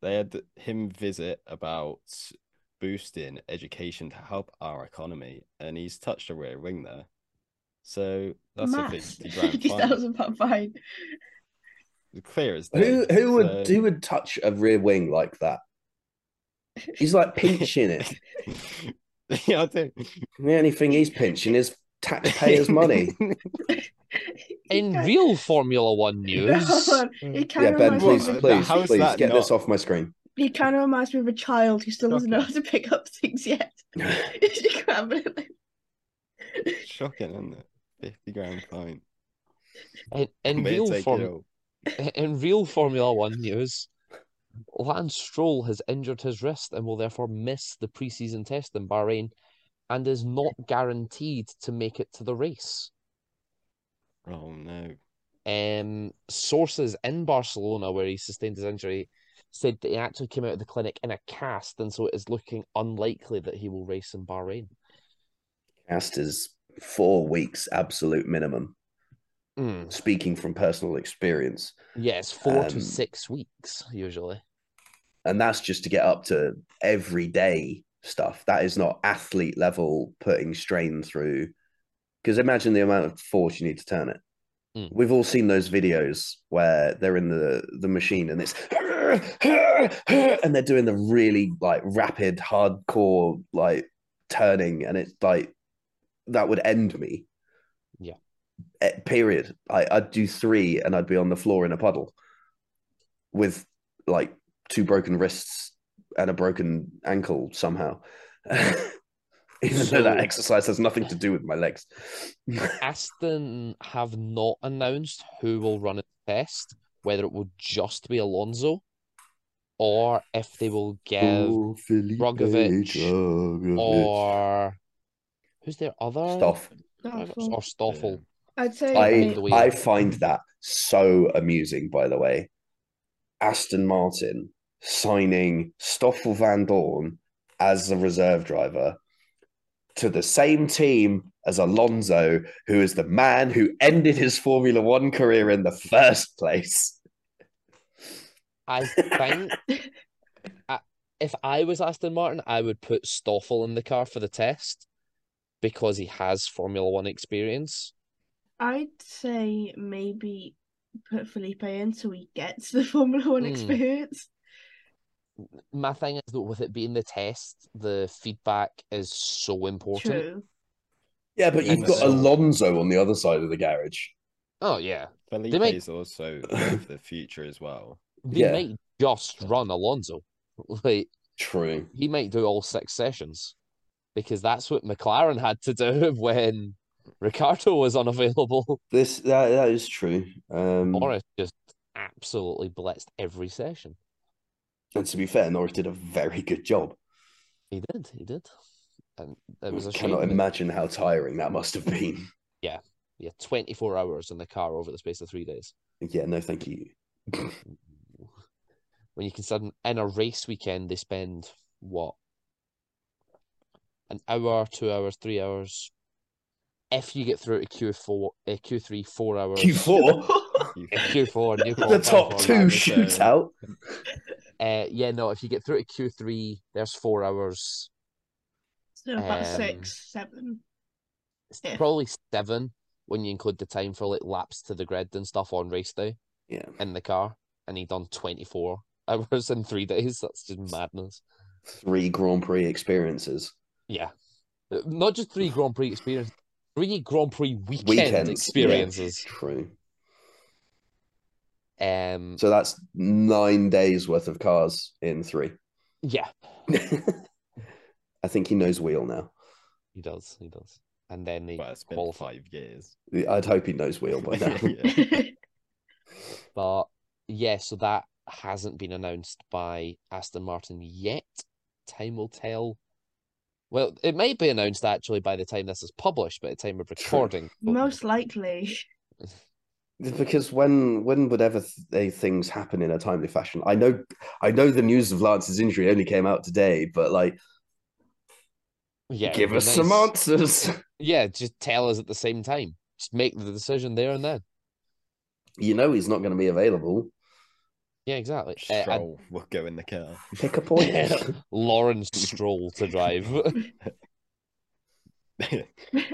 [SPEAKER 3] They had him visit about boosting education to help our economy, and he's touched a rear wing there. So that's
[SPEAKER 5] Mass.
[SPEAKER 4] *laughs*
[SPEAKER 3] a fifty
[SPEAKER 5] *laughs*
[SPEAKER 3] grand
[SPEAKER 5] Fifty
[SPEAKER 3] fine.
[SPEAKER 5] thousand pound fine.
[SPEAKER 3] Clear as day.
[SPEAKER 2] Who who would
[SPEAKER 3] So-
[SPEAKER 2] who would touch a rear wing like that? He's like pinching it.
[SPEAKER 3] *laughs* yeah, I do.
[SPEAKER 2] The only thing he's pinching is
[SPEAKER 3] *laughs*
[SPEAKER 2] taxpayers' money.
[SPEAKER 1] *laughs* In
[SPEAKER 5] Yeah.
[SPEAKER 1] real Formula
[SPEAKER 2] *laughs*
[SPEAKER 5] *laughs*
[SPEAKER 1] One news,
[SPEAKER 5] Hold on. It kind
[SPEAKER 2] Hmm. yeah,
[SPEAKER 5] of
[SPEAKER 2] Ben,
[SPEAKER 5] reminds me
[SPEAKER 2] please,
[SPEAKER 5] of a-
[SPEAKER 2] please,
[SPEAKER 3] How is
[SPEAKER 2] please
[SPEAKER 3] that
[SPEAKER 2] get this
[SPEAKER 3] not-
[SPEAKER 2] off my screen.
[SPEAKER 5] *laughs* He kind of reminds me of a child who still doesn't know how
[SPEAKER 3] Shocking.
[SPEAKER 5] to pick up things yet.
[SPEAKER 2] *laughs*
[SPEAKER 5] *laughs* He's just grabbing it like-
[SPEAKER 3] Shocking, isn't it? Fifty grand fine.
[SPEAKER 1] in, in
[SPEAKER 3] May
[SPEAKER 1] real
[SPEAKER 3] take it
[SPEAKER 1] Form,
[SPEAKER 3] all.
[SPEAKER 1] *laughs* in real Formula One news, Lance Stroll has injured his wrist and will therefore miss the preseason test in Bahrain, and is not guaranteed to make it to the race.
[SPEAKER 3] Oh no.
[SPEAKER 1] Um, sources in Barcelona, where he sustained his injury, said that he actually came out of the clinic in a cast, and so it is looking unlikely that he will race in Bahrain.
[SPEAKER 2] Cast is four weeks absolute minimum.
[SPEAKER 1] Mm.
[SPEAKER 2] Speaking from personal experience,
[SPEAKER 1] Yeah, it's four to
[SPEAKER 2] Um,
[SPEAKER 1] six weeks usually.
[SPEAKER 2] and that's just to get up to everyday stuff. That is not athlete level putting strain through. Because imagine the amount of force you need to turn it.
[SPEAKER 1] Mm.
[SPEAKER 2] We've all seen those videos where they're in the the machine and it's *laughs* and they're doing the really like rapid, hardcore like turning, and it's like that would end me.
[SPEAKER 1] Yeah.
[SPEAKER 2] Eh, Period. I, I'd do three and I'd be on the floor in a puddle with like two broken wrists and a broken ankle somehow. *laughs* Even though that
[SPEAKER 1] So-
[SPEAKER 2] exercise has nothing to do with my legs. *laughs*
[SPEAKER 1] Aston have not announced who will run a test, whether it will just be Alonso or if they will give Rogovic or who's their other
[SPEAKER 2] stuff.
[SPEAKER 1] drivers?
[SPEAKER 5] Awful.
[SPEAKER 1] or Stoffel.
[SPEAKER 5] Oh, I'd say
[SPEAKER 2] I
[SPEAKER 1] the wheel.
[SPEAKER 2] I find that so amusing, by the way. Aston Martin signing Stoffel Van Dorn as the reserve driver to the same team as Alonso, who is the man who ended his Formula One career in the first place.
[SPEAKER 1] I think I, if I was Aston Martin, I would put Stoffel in the car for the test because he has Formula One experience.
[SPEAKER 5] I'd say maybe put Felipe in so he gets the Formula One
[SPEAKER 1] Mm.
[SPEAKER 5] experience.
[SPEAKER 1] My thing is that with it being the test, the feedback is so important.
[SPEAKER 5] True.
[SPEAKER 2] Yeah, but
[SPEAKER 3] And
[SPEAKER 2] you've got
[SPEAKER 3] so-
[SPEAKER 2] Alonso on the other side of the garage.
[SPEAKER 1] Oh yeah.
[SPEAKER 3] Felipe's
[SPEAKER 1] make-
[SPEAKER 3] also going for the future as well.
[SPEAKER 1] They
[SPEAKER 2] Yeah.
[SPEAKER 1] might just run Alonso. *laughs* Like
[SPEAKER 2] True.
[SPEAKER 1] he might do all six sessions. Because that's what McLaren had to do *laughs* when Ricardo was unavailable.
[SPEAKER 2] This that, that is true. Um,
[SPEAKER 1] Norris just absolutely blitzed every session.
[SPEAKER 2] And to be fair, Norris did a very good job.
[SPEAKER 1] He did, he did. And it was a
[SPEAKER 2] cannot
[SPEAKER 1] shame. that-
[SPEAKER 2] imagine how tiring that must have been.
[SPEAKER 1] Yeah, 24 hours in the car over the space of three days.
[SPEAKER 2] Yeah, no, thank you.
[SPEAKER 1] When you consider in a race weekend, they spend what? An hour, two hours, three hours. If you get through to Q4, uh, Q3, four hours.
[SPEAKER 2] *laughs* Q4,
[SPEAKER 1] *laughs*
[SPEAKER 3] You
[SPEAKER 1] Uh,
[SPEAKER 2] *laughs*
[SPEAKER 1] Q4, new
[SPEAKER 2] the
[SPEAKER 1] qualifying
[SPEAKER 2] top
[SPEAKER 1] format.
[SPEAKER 2] two
[SPEAKER 3] Q4,
[SPEAKER 2] shootout.
[SPEAKER 1] Uh, yeah, no, if you get through to Q3, there's four hours.
[SPEAKER 5] *laughs* So about
[SPEAKER 1] Um,
[SPEAKER 5] six, seven.
[SPEAKER 1] It's
[SPEAKER 5] Yeah.
[SPEAKER 1] probably seven when you include the time for like laps to the grid and stuff on race day
[SPEAKER 2] Yeah,
[SPEAKER 1] in the car. And he done 24 *laughs* hours in three days. That's just madness.
[SPEAKER 2] three Grand Prix experiences,
[SPEAKER 1] Yeah. Uh, Not just three Grand Prix experiences, three Grand Prix weekend
[SPEAKER 2] Weekends, yeah.
[SPEAKER 1] experiences.
[SPEAKER 2] true.
[SPEAKER 1] Um,
[SPEAKER 2] So that's nine days worth of cars in three. *laughs*
[SPEAKER 1] yeah,
[SPEAKER 2] I think he knows wheel now.
[SPEAKER 1] he does. He does. And then they
[SPEAKER 3] Well, it's been
[SPEAKER 1] qualify.
[SPEAKER 3] five
[SPEAKER 1] *laughs*
[SPEAKER 3] years.
[SPEAKER 2] I'd hope he knows wheel by now.
[SPEAKER 3] *laughs*
[SPEAKER 5] *laughs*
[SPEAKER 3] Yeah.
[SPEAKER 1] But yeah, so that hasn't been announced by Aston Martin yet. Time will tell. Well, it may be announced actually by the time this is published, by the time of
[SPEAKER 2] True.
[SPEAKER 1] recording. don't know.
[SPEAKER 5] Most likely.
[SPEAKER 2] *laughs* because when when would ever th- they, things happen in a timely fashion i know i know the news of lance's injury only came out today but like
[SPEAKER 1] Yeah, it'd
[SPEAKER 2] give
[SPEAKER 1] be
[SPEAKER 2] us some
[SPEAKER 1] nice.
[SPEAKER 2] answers *laughs*
[SPEAKER 1] Yeah, just tell us at the same time. Just make the decision there and then.
[SPEAKER 2] You know he's not going to be available.
[SPEAKER 1] Yeah, exactly. Uh, I'd
[SPEAKER 3] Stroll will go in the car. *laughs*
[SPEAKER 2] Pick a point.
[SPEAKER 1] *laughs* Lawrence Stroll to
[SPEAKER 3] *laughs*
[SPEAKER 1] drive.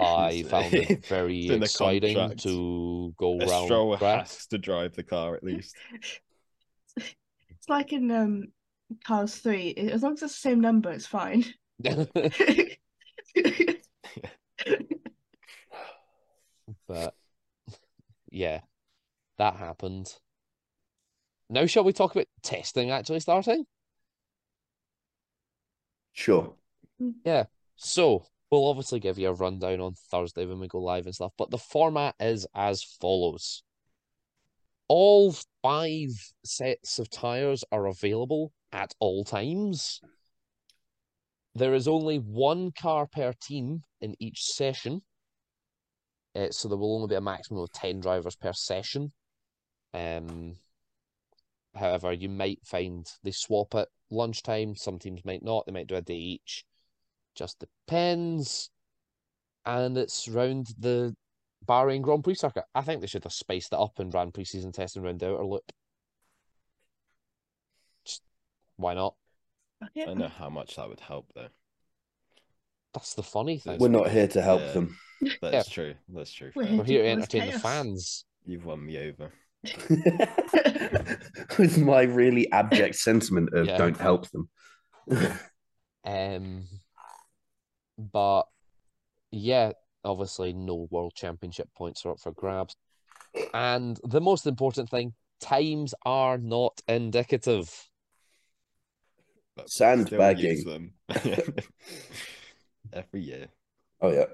[SPEAKER 1] I found it very
[SPEAKER 3] It's in the
[SPEAKER 1] exciting
[SPEAKER 3] contract.
[SPEAKER 1] to go
[SPEAKER 3] A
[SPEAKER 1] round
[SPEAKER 3] stroller
[SPEAKER 1] track.
[SPEAKER 3] has to drive the car at least.
[SPEAKER 5] *laughs* It's like in um Cars Three. i- As long as it's the same number, it's fine.
[SPEAKER 1] *laughs* but yeah, that happened. Now, shall we talk about testing actually starting?
[SPEAKER 2] sure.
[SPEAKER 1] So, we'll obviously give you a rundown on Thursday when we go live and stuff, but the format is as follows. All five sets of tires are available at all times. There is only one car per team in each session. Uh, so there will only be a maximum of 10 drivers per session. Um, however, you might find they swap at lunchtime. Some teams might not. They might do a day each just depends. And it's round the Bahrain Grand Prix circuit. I think they should have spaced it up and ran preseason testing round the outer loop. Just, why not?
[SPEAKER 3] I don't know how much that would help though.
[SPEAKER 1] That's the funny thing.
[SPEAKER 2] We're not here to help
[SPEAKER 3] Yeah.
[SPEAKER 2] them.
[SPEAKER 3] That's
[SPEAKER 1] Yeah.
[SPEAKER 3] true. That's true.
[SPEAKER 5] We're
[SPEAKER 3] fair.
[SPEAKER 1] We're here to
[SPEAKER 5] Ridiculous
[SPEAKER 1] entertain the
[SPEAKER 5] chaos.
[SPEAKER 1] fans.
[SPEAKER 3] You've won me over.
[SPEAKER 2] *laughs* With my really abject sentiment of
[SPEAKER 1] Yeah.
[SPEAKER 2] don't help them.
[SPEAKER 1] Um, but yeah, obviously, no world championship points are up for grabs. And the most important thing times are not indicative.
[SPEAKER 3] But we
[SPEAKER 2] Sandbagging.
[SPEAKER 3] still use them. *laughs*
[SPEAKER 1] *laughs*
[SPEAKER 3] Every year.
[SPEAKER 2] oh yeah.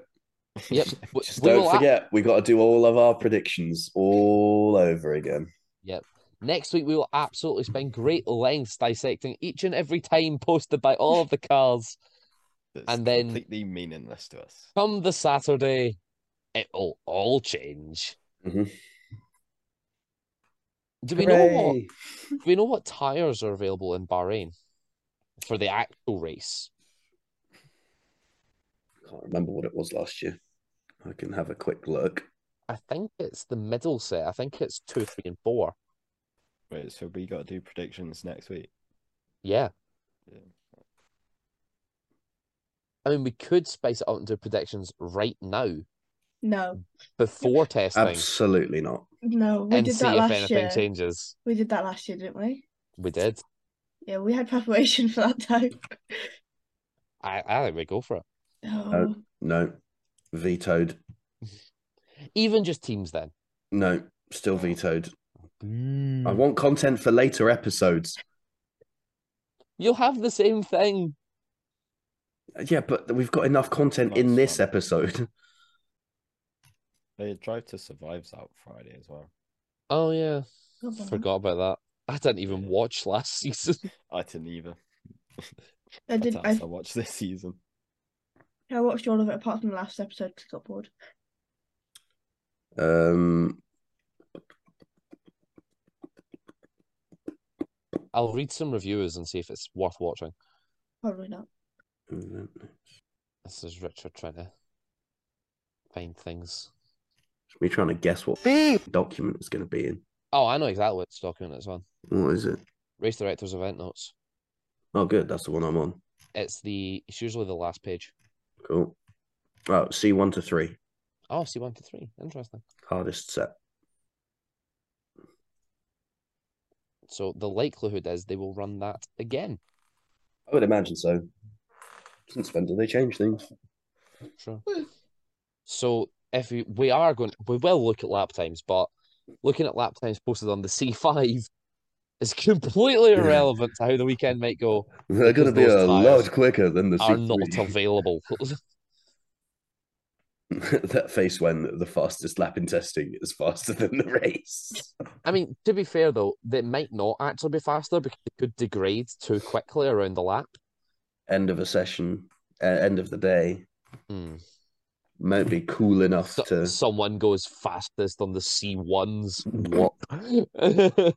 [SPEAKER 2] *laughs*
[SPEAKER 1] Yep. we-
[SPEAKER 2] Just
[SPEAKER 1] we will
[SPEAKER 2] don't
[SPEAKER 1] a-
[SPEAKER 2] forget, we got to do all of our predictions all over again.
[SPEAKER 1] Next week, we will absolutely spend great lengths dissecting each and every time posted by all of the cars.
[SPEAKER 3] That's
[SPEAKER 1] And then-
[SPEAKER 3] completely meaningless to us.
[SPEAKER 1] Come the Saturday, it will all change.
[SPEAKER 2] Mhm.
[SPEAKER 1] Do we know what?
[SPEAKER 2] Hooray.
[SPEAKER 1] Do we know what tires are available in Bahrain for the actual race?
[SPEAKER 2] Can't remember what it was last year. I can have a quick look.
[SPEAKER 1] I think it's the middle set. I think it's two, three, and four.
[SPEAKER 3] Wait, so we got to do predictions next week.
[SPEAKER 1] Yeah.
[SPEAKER 3] Yeah.
[SPEAKER 1] I mean, we could space it out and do predictions right now
[SPEAKER 5] No,
[SPEAKER 1] before testing
[SPEAKER 2] Absolutely not.
[SPEAKER 5] no, we
[SPEAKER 1] and
[SPEAKER 5] did
[SPEAKER 1] see
[SPEAKER 5] that
[SPEAKER 1] if
[SPEAKER 5] last
[SPEAKER 1] anything
[SPEAKER 5] year.
[SPEAKER 1] changes.
[SPEAKER 5] We did that last year, didn't we?
[SPEAKER 1] We did.
[SPEAKER 5] Yeah, we had preparation *laughs* for that time.
[SPEAKER 1] I, I think we go for it.
[SPEAKER 5] Oh,
[SPEAKER 2] No. Vetoed.
[SPEAKER 1] Even just teams then.
[SPEAKER 2] No. Still vetoed. I want content for later episodes.
[SPEAKER 1] You'll have the same thing.
[SPEAKER 2] Uh, Yeah, but we've got enough content in
[SPEAKER 3] Nice
[SPEAKER 2] this
[SPEAKER 3] one.
[SPEAKER 2] episode. *laughs*
[SPEAKER 3] They drive to survives out Friday as well.
[SPEAKER 1] Oh yeah,
[SPEAKER 5] good one.
[SPEAKER 1] forgot about that. I didn't even
[SPEAKER 3] Yeah.
[SPEAKER 1] watch last *laughs* season.
[SPEAKER 3] I didn't either.
[SPEAKER 5] I
[SPEAKER 3] That's
[SPEAKER 5] did.
[SPEAKER 3] how
[SPEAKER 5] I,
[SPEAKER 3] *laughs* I watched this season.
[SPEAKER 5] I watched all of it apart from the last episode because I got bored.
[SPEAKER 2] Um,
[SPEAKER 1] I'll read some reviewers and see if it's worth watching.
[SPEAKER 5] Probably
[SPEAKER 3] *laughs*
[SPEAKER 5] not.
[SPEAKER 1] This is Richard trying to find things.
[SPEAKER 2] me trying to guess what document it's going to be in.
[SPEAKER 1] Oh, I know exactly which document it's on.
[SPEAKER 2] What is it?
[SPEAKER 1] Race Directors Event Notes.
[SPEAKER 2] Oh, good. That's the one I'm on.
[SPEAKER 1] It's the it's usually the last page.
[SPEAKER 2] Cool. Oh, C one to three.
[SPEAKER 1] Oh, see one to three. Interesting.
[SPEAKER 2] Hardest set.
[SPEAKER 1] So the likelihood is they will run that again.
[SPEAKER 2] I would imagine so. Since when do they change things? *laughs*
[SPEAKER 1] Sure.
[SPEAKER 5] Hmm.
[SPEAKER 1] So if we, we are going, we will look at lap times, but looking at lap times posted on the C5 *laughs* is completely
[SPEAKER 2] Yeah.
[SPEAKER 1] irrelevant to how the weekend might go.
[SPEAKER 2] They're going to
[SPEAKER 1] Because
[SPEAKER 2] be
[SPEAKER 1] those
[SPEAKER 2] a
[SPEAKER 1] tyres
[SPEAKER 2] lot quicker than the
[SPEAKER 1] Are not
[SPEAKER 2] C3. *laughs*
[SPEAKER 1] available.
[SPEAKER 2] that face when the fastest lap in testing is faster than the race.
[SPEAKER 1] I mean, to be fair though, they might not actually be faster because they could degrade too quickly around the lap.
[SPEAKER 2] End of a session, uh, end of the day.
[SPEAKER 1] Hmm.
[SPEAKER 2] Might be cool enough
[SPEAKER 1] So-
[SPEAKER 2] to.
[SPEAKER 1] someone goes fastest on the C1s.
[SPEAKER 2] What?
[SPEAKER 1] *laughs*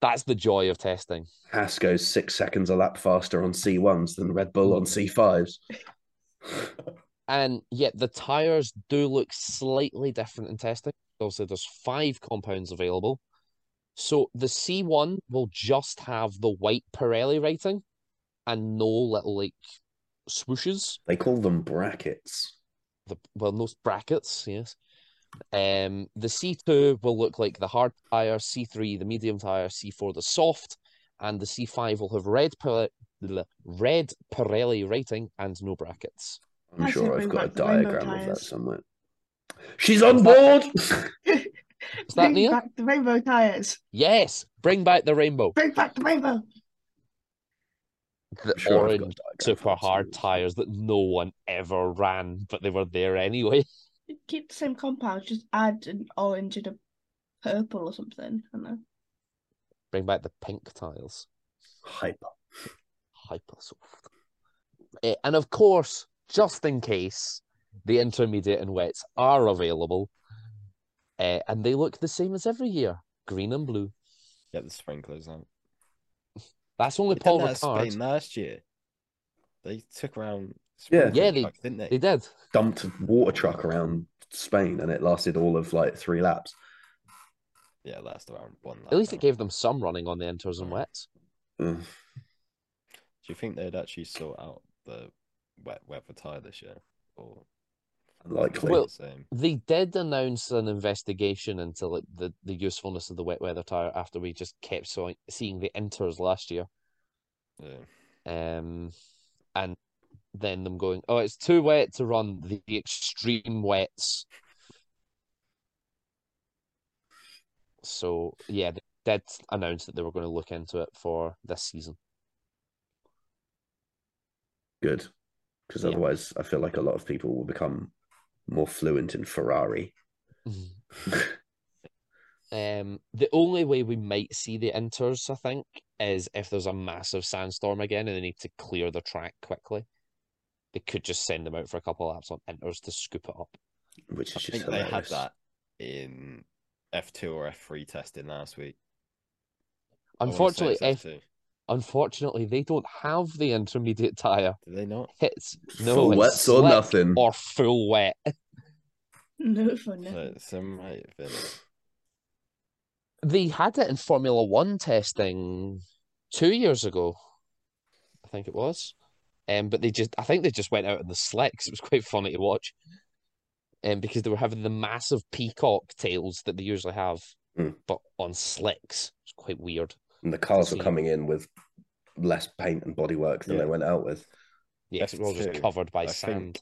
[SPEAKER 1] That's the joy of testing.
[SPEAKER 2] Haas goes six seconds a lap faster on C1s than Red Bull on C5s.
[SPEAKER 1] And yet the tires do look slightly different in testing. obviously there's five compounds available. So the C1 will just have the white Pirelli writing and no little like swooshes.
[SPEAKER 2] They call them brackets.
[SPEAKER 1] The well, no brackets, yes. Um the C2 will look like the hard tire, C3 the medium tire, C4 the soft, and the C5 will have red Pire- red Pirelli writing and no brackets.
[SPEAKER 2] I'm
[SPEAKER 5] I said
[SPEAKER 2] sure
[SPEAKER 5] bring
[SPEAKER 2] I've got a
[SPEAKER 5] back the rainbow
[SPEAKER 2] diagram of that
[SPEAKER 5] tires.
[SPEAKER 2] somewhere. She's on
[SPEAKER 5] *laughs*
[SPEAKER 1] Is
[SPEAKER 2] board.
[SPEAKER 1] Is that
[SPEAKER 5] Bring
[SPEAKER 1] Neil?
[SPEAKER 5] back the rainbow tires.
[SPEAKER 1] Yes, bring back the rainbow.
[SPEAKER 5] Bring back the rainbow.
[SPEAKER 1] The
[SPEAKER 2] I'm sure I've got a
[SPEAKER 1] orange
[SPEAKER 2] diagram
[SPEAKER 1] super
[SPEAKER 2] of that
[SPEAKER 1] hard
[SPEAKER 2] somewhere.
[SPEAKER 1] tires that no one ever ran, but they were there anyway. *laughs*
[SPEAKER 5] Keep the same compound, just add an orange and a purple or something. I don't know. *laughs*
[SPEAKER 1] Bring back the pink tires.
[SPEAKER 2] Hyper.
[SPEAKER 1] Hypersoft. Eh, And of course, just in case, the intermediate and wets are available, eh, and they look the same as every year, green and blue.
[SPEAKER 3] Get the sprinklers on.
[SPEAKER 1] That's only
[SPEAKER 3] They did
[SPEAKER 1] Paul
[SPEAKER 3] that at Spain
[SPEAKER 1] Ricard.
[SPEAKER 3] last year. They took around.
[SPEAKER 2] Yeah.
[SPEAKER 1] Yeah,
[SPEAKER 3] sprinkler
[SPEAKER 1] they-
[SPEAKER 3] trucks, didn't they?
[SPEAKER 1] They did.
[SPEAKER 2] Dumped a water truck around Spain and it lasted all of like three laps.
[SPEAKER 3] Yeah, last around one. lap
[SPEAKER 1] At least it
[SPEAKER 3] round.
[SPEAKER 1] gave them some running on the inters and
[SPEAKER 3] Mm.
[SPEAKER 1] wets.
[SPEAKER 2] Ugh.
[SPEAKER 3] Do you think they'd actually sort out the wet weather tire this year, or
[SPEAKER 2] Unlikely.
[SPEAKER 1] Well-
[SPEAKER 3] the same?
[SPEAKER 1] They did announce an investigation into like the, the usefulness of the wet weather tire after we just kept so- seeing the inters last year.
[SPEAKER 3] Yeah.
[SPEAKER 1] Um, and then them going, oh, it's too wet to run the extreme wets. So, yeah, they did announce that they were going to look into it for this season.
[SPEAKER 2] Good. Because
[SPEAKER 1] Yeah.
[SPEAKER 2] otherwise, I feel like a lot of people will become more fluent in Ferrari.
[SPEAKER 1] Mm-hmm. *laughs* Um, the only way we might see the inters, I think, is if there's a massive sandstorm again and they need to clear the track quickly. They could just send them out for a couple of laps on inters to scoop it up.
[SPEAKER 2] Which
[SPEAKER 3] I
[SPEAKER 2] is just
[SPEAKER 3] think they had
[SPEAKER 2] hilarious.
[SPEAKER 3] that in F2 or F3 testing last week. I wanna say
[SPEAKER 1] Unfortunately,
[SPEAKER 3] it's
[SPEAKER 1] if
[SPEAKER 3] F2.
[SPEAKER 1] unfortunately they don't have the intermediate tire.
[SPEAKER 3] Did they not?
[SPEAKER 1] It's no
[SPEAKER 2] Full
[SPEAKER 1] it's
[SPEAKER 2] wets or
[SPEAKER 1] slick
[SPEAKER 2] nothing.
[SPEAKER 1] or full wet.
[SPEAKER 5] No for
[SPEAKER 3] So,
[SPEAKER 5] nothing.
[SPEAKER 3] so might have been.
[SPEAKER 1] They had it in Formula One testing two years ago, I think it was. Um, but they just, I think they just went out in the slicks. It was quite funny to watch. Um, because they were having the massive peacock tails that they usually have,
[SPEAKER 3] Hmm.
[SPEAKER 2] Mm.
[SPEAKER 1] but on slicks. It's quite weird.
[SPEAKER 2] And the cars were
[SPEAKER 1] See.
[SPEAKER 2] coming in with less paint and bodywork than
[SPEAKER 3] Yeah.
[SPEAKER 2] they went out with.
[SPEAKER 1] Yeah, 'cause it was all just
[SPEAKER 3] F2,
[SPEAKER 1] covered by
[SPEAKER 3] I
[SPEAKER 1] sand.
[SPEAKER 3] think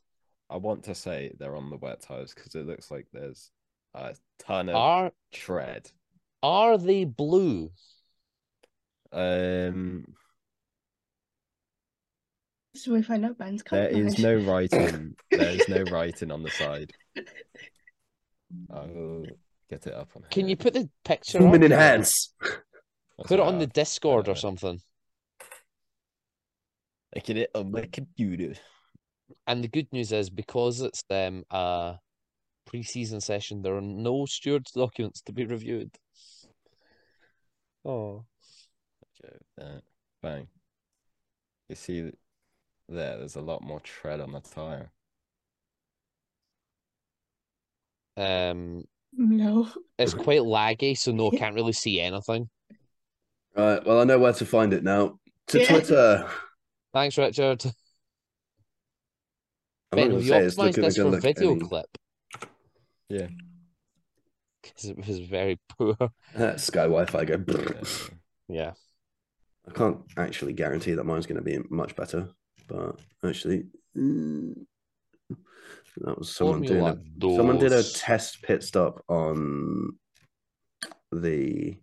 [SPEAKER 3] I want to say they're on the wet tires because it looks like there's a ton of
[SPEAKER 1] Are
[SPEAKER 3] tread.
[SPEAKER 1] are they blue?
[SPEAKER 3] Um,
[SPEAKER 5] So we find out Ben's
[SPEAKER 3] there
[SPEAKER 5] compound.
[SPEAKER 4] *laughs*
[SPEAKER 3] is no writing. there is no writing on the side.
[SPEAKER 1] Oh.
[SPEAKER 3] I will get it up on.
[SPEAKER 1] Can you
[SPEAKER 3] here.
[SPEAKER 1] put the picture
[SPEAKER 2] Zoom in
[SPEAKER 1] up?
[SPEAKER 2] and hands.
[SPEAKER 3] That's
[SPEAKER 1] Put it
[SPEAKER 3] what
[SPEAKER 1] on
[SPEAKER 3] I
[SPEAKER 1] the
[SPEAKER 3] have.
[SPEAKER 1] Discord or
[SPEAKER 3] Uh,
[SPEAKER 1] something.
[SPEAKER 3] I get it on my computer.
[SPEAKER 1] And the good news is because it's um a pre-season session, there are no stewards documents to be reviewed. Oh,
[SPEAKER 3] Okay, uh, bang. You see th- there, there's a lot more tread on the tire.
[SPEAKER 1] um,
[SPEAKER 5] *laughs* No.
[SPEAKER 2] *laughs*
[SPEAKER 1] it's quite laggy, so no, can't really see anything.
[SPEAKER 2] Right. Well, I know where to find it now. To
[SPEAKER 5] Yeah.
[SPEAKER 2] Twitter.
[SPEAKER 1] Thanks, Richard. *laughs*
[SPEAKER 2] I'm
[SPEAKER 1] Ben,
[SPEAKER 2] not
[SPEAKER 1] have you
[SPEAKER 2] gonna say it's
[SPEAKER 1] optimized
[SPEAKER 2] looking
[SPEAKER 1] this
[SPEAKER 2] like a
[SPEAKER 1] for
[SPEAKER 2] look
[SPEAKER 1] video
[SPEAKER 2] any-
[SPEAKER 1] clip? *laughs*
[SPEAKER 3] Yeah.
[SPEAKER 1] Because it was very poor.
[SPEAKER 2] Uh, *laughs* Sky Wi-Fi go. brrr.
[SPEAKER 3] Uh,
[SPEAKER 1] *laughs* Yeah.
[SPEAKER 2] I can't actually guarantee that mine's going to be much better, but actually, mm, that was someone doing
[SPEAKER 1] Formula
[SPEAKER 2] a someone did a
[SPEAKER 1] dos.
[SPEAKER 2] test pit stop on the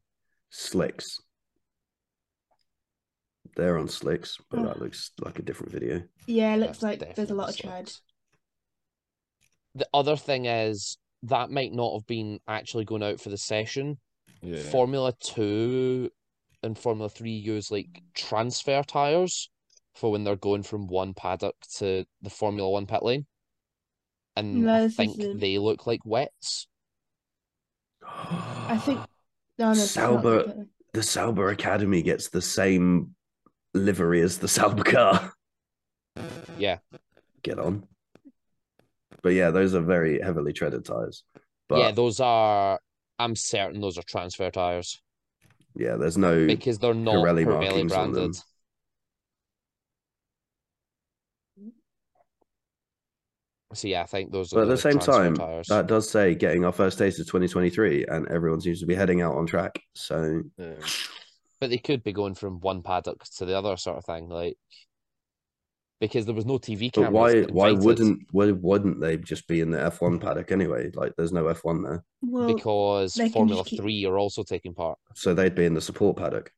[SPEAKER 2] slicks. They're on slicks, but
[SPEAKER 5] Oh.
[SPEAKER 2] that looks like a different video.
[SPEAKER 5] Yeah, it looks
[SPEAKER 1] That's
[SPEAKER 5] like there's a
[SPEAKER 1] definitely
[SPEAKER 5] lot of
[SPEAKER 1] slicks.
[SPEAKER 5] tread.
[SPEAKER 1] The other thing is that might not have been actually going out for the session.
[SPEAKER 3] yeah.
[SPEAKER 1] Formula Two and Formula Three use like transfer tires for when they're going from one paddock to the Formula One pit lane. And
[SPEAKER 5] No,
[SPEAKER 1] I
[SPEAKER 5] this
[SPEAKER 1] think
[SPEAKER 5] isn't.
[SPEAKER 1] they look like wets.
[SPEAKER 5] I *sighs* think no, no, it's not
[SPEAKER 2] Sauber-
[SPEAKER 5] completely.
[SPEAKER 2] the Sauber Academy gets the same livery as the *laughs* Sauber car.
[SPEAKER 1] Yeah.
[SPEAKER 2] Get on. But yeah, those are very heavily treaded tires. But
[SPEAKER 1] yeah,
[SPEAKER 2] yeah,
[SPEAKER 1] those are. I'm certain those are transfer tires
[SPEAKER 2] there's no
[SPEAKER 1] because they're not
[SPEAKER 2] Pirelli
[SPEAKER 1] Pirelli,
[SPEAKER 2] markings on them.
[SPEAKER 1] branded. So yeah, I think those.
[SPEAKER 2] But
[SPEAKER 1] are
[SPEAKER 2] at the
[SPEAKER 1] those are
[SPEAKER 2] same
[SPEAKER 1] transfer
[SPEAKER 2] time,
[SPEAKER 1] tires.
[SPEAKER 2] that does say getting our first taste of 2023, and everyone seems to be heading out on track. So
[SPEAKER 3] Yeah.
[SPEAKER 1] But they could be going from one paddock to the other, sort of thing, like because there was no TV
[SPEAKER 2] But
[SPEAKER 1] cameras.
[SPEAKER 2] why? Why
[SPEAKER 1] invited
[SPEAKER 2] wouldn't? Why wouldn't they just be in the F one paddock anyway? Like, there's no F one there,
[SPEAKER 5] Well,
[SPEAKER 1] because
[SPEAKER 5] they can
[SPEAKER 1] Formula
[SPEAKER 5] just keep-
[SPEAKER 1] Three are also taking part.
[SPEAKER 2] so they'd be in the support paddock.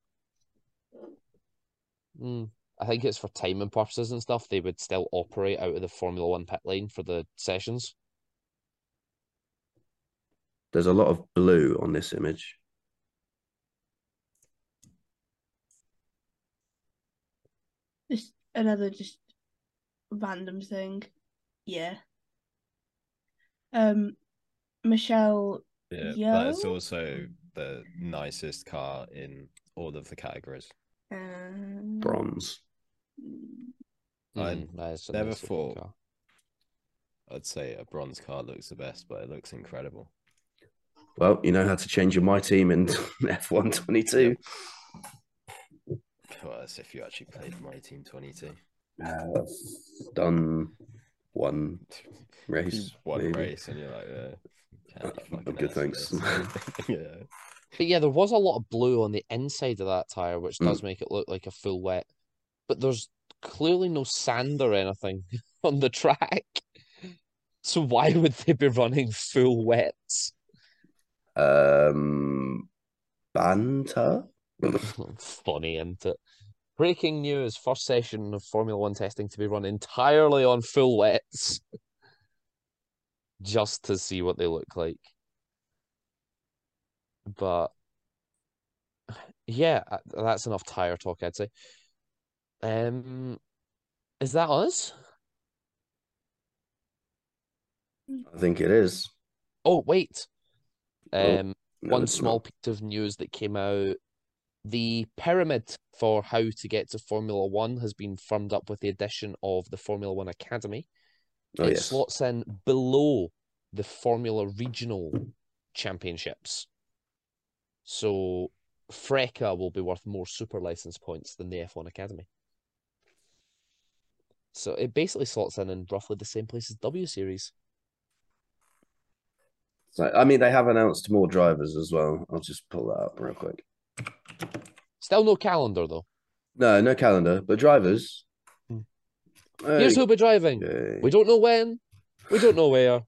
[SPEAKER 1] Mm. I think it's for timing purposes and stuff. They would still operate out of the Formula One pit lane for the sessions.
[SPEAKER 2] There's a lot of blue on this image.
[SPEAKER 5] just another just random thing. Yeah. Um, Michelle
[SPEAKER 3] Yeah, but it's
[SPEAKER 5] Yo.
[SPEAKER 3] also the nicest car in all of the categories.
[SPEAKER 5] um,
[SPEAKER 2] Bronze.
[SPEAKER 5] uh,
[SPEAKER 3] I
[SPEAKER 1] Mm, that is a
[SPEAKER 3] never
[SPEAKER 1] nice looking
[SPEAKER 3] thought-
[SPEAKER 1] car.
[SPEAKER 3] I'd say a bronze car looks the best, but it looks incredible.
[SPEAKER 2] Well, you know how to change your my team in *laughs* F one twenty two.
[SPEAKER 3] Well, that's if you actually played my team 22.
[SPEAKER 2] Uh, Done one
[SPEAKER 3] You
[SPEAKER 2] race.
[SPEAKER 3] One
[SPEAKER 2] maybe.
[SPEAKER 3] race, and you're like, yeah, can't
[SPEAKER 2] Uh,
[SPEAKER 3] you
[SPEAKER 2] I'm
[SPEAKER 3] fucking
[SPEAKER 2] good,
[SPEAKER 3] ask me
[SPEAKER 2] thanks. *laughs*
[SPEAKER 3] this? *laughs* yeah.
[SPEAKER 1] But yeah, there was a lot of blue on the inside of that tire, which
[SPEAKER 2] Mm.
[SPEAKER 1] does make it look like a full wet. But there's clearly no sand or anything *laughs* on the track. So why would they be running full wets?
[SPEAKER 2] Um, banter.
[SPEAKER 1] *laughs* Funny, isn't it? Breaking news, first session of Formula One testing to be run entirely on full wets. Just to see what they look like. But yeah, uh, that's enough tire talk, I'd say. Um, is that us?
[SPEAKER 2] I think it is.
[SPEAKER 1] Oh, wait.
[SPEAKER 2] Oh,
[SPEAKER 1] Um,
[SPEAKER 2] No,
[SPEAKER 1] one
[SPEAKER 2] it's
[SPEAKER 1] small
[SPEAKER 2] not.
[SPEAKER 1] piece of news that came out. The pyramid for how to get to Formula One has been firmed up with the addition of the Formula One Academy.
[SPEAKER 2] Oh,
[SPEAKER 1] it
[SPEAKER 2] yes.
[SPEAKER 1] slots in below the Formula Regional Championships. So Freca will be worth more super license points than the F1 Academy. So it basically slots in in roughly the same place as W Series.
[SPEAKER 2] So, I mean, they have announced more drivers as well. I'll just pull that up real quick.
[SPEAKER 1] Still no calendar though.
[SPEAKER 2] No, no calendar, but drivers.
[SPEAKER 1] Hmm. Here's who'll be driving.
[SPEAKER 2] Okay.
[SPEAKER 1] We don't know when, we don't know where,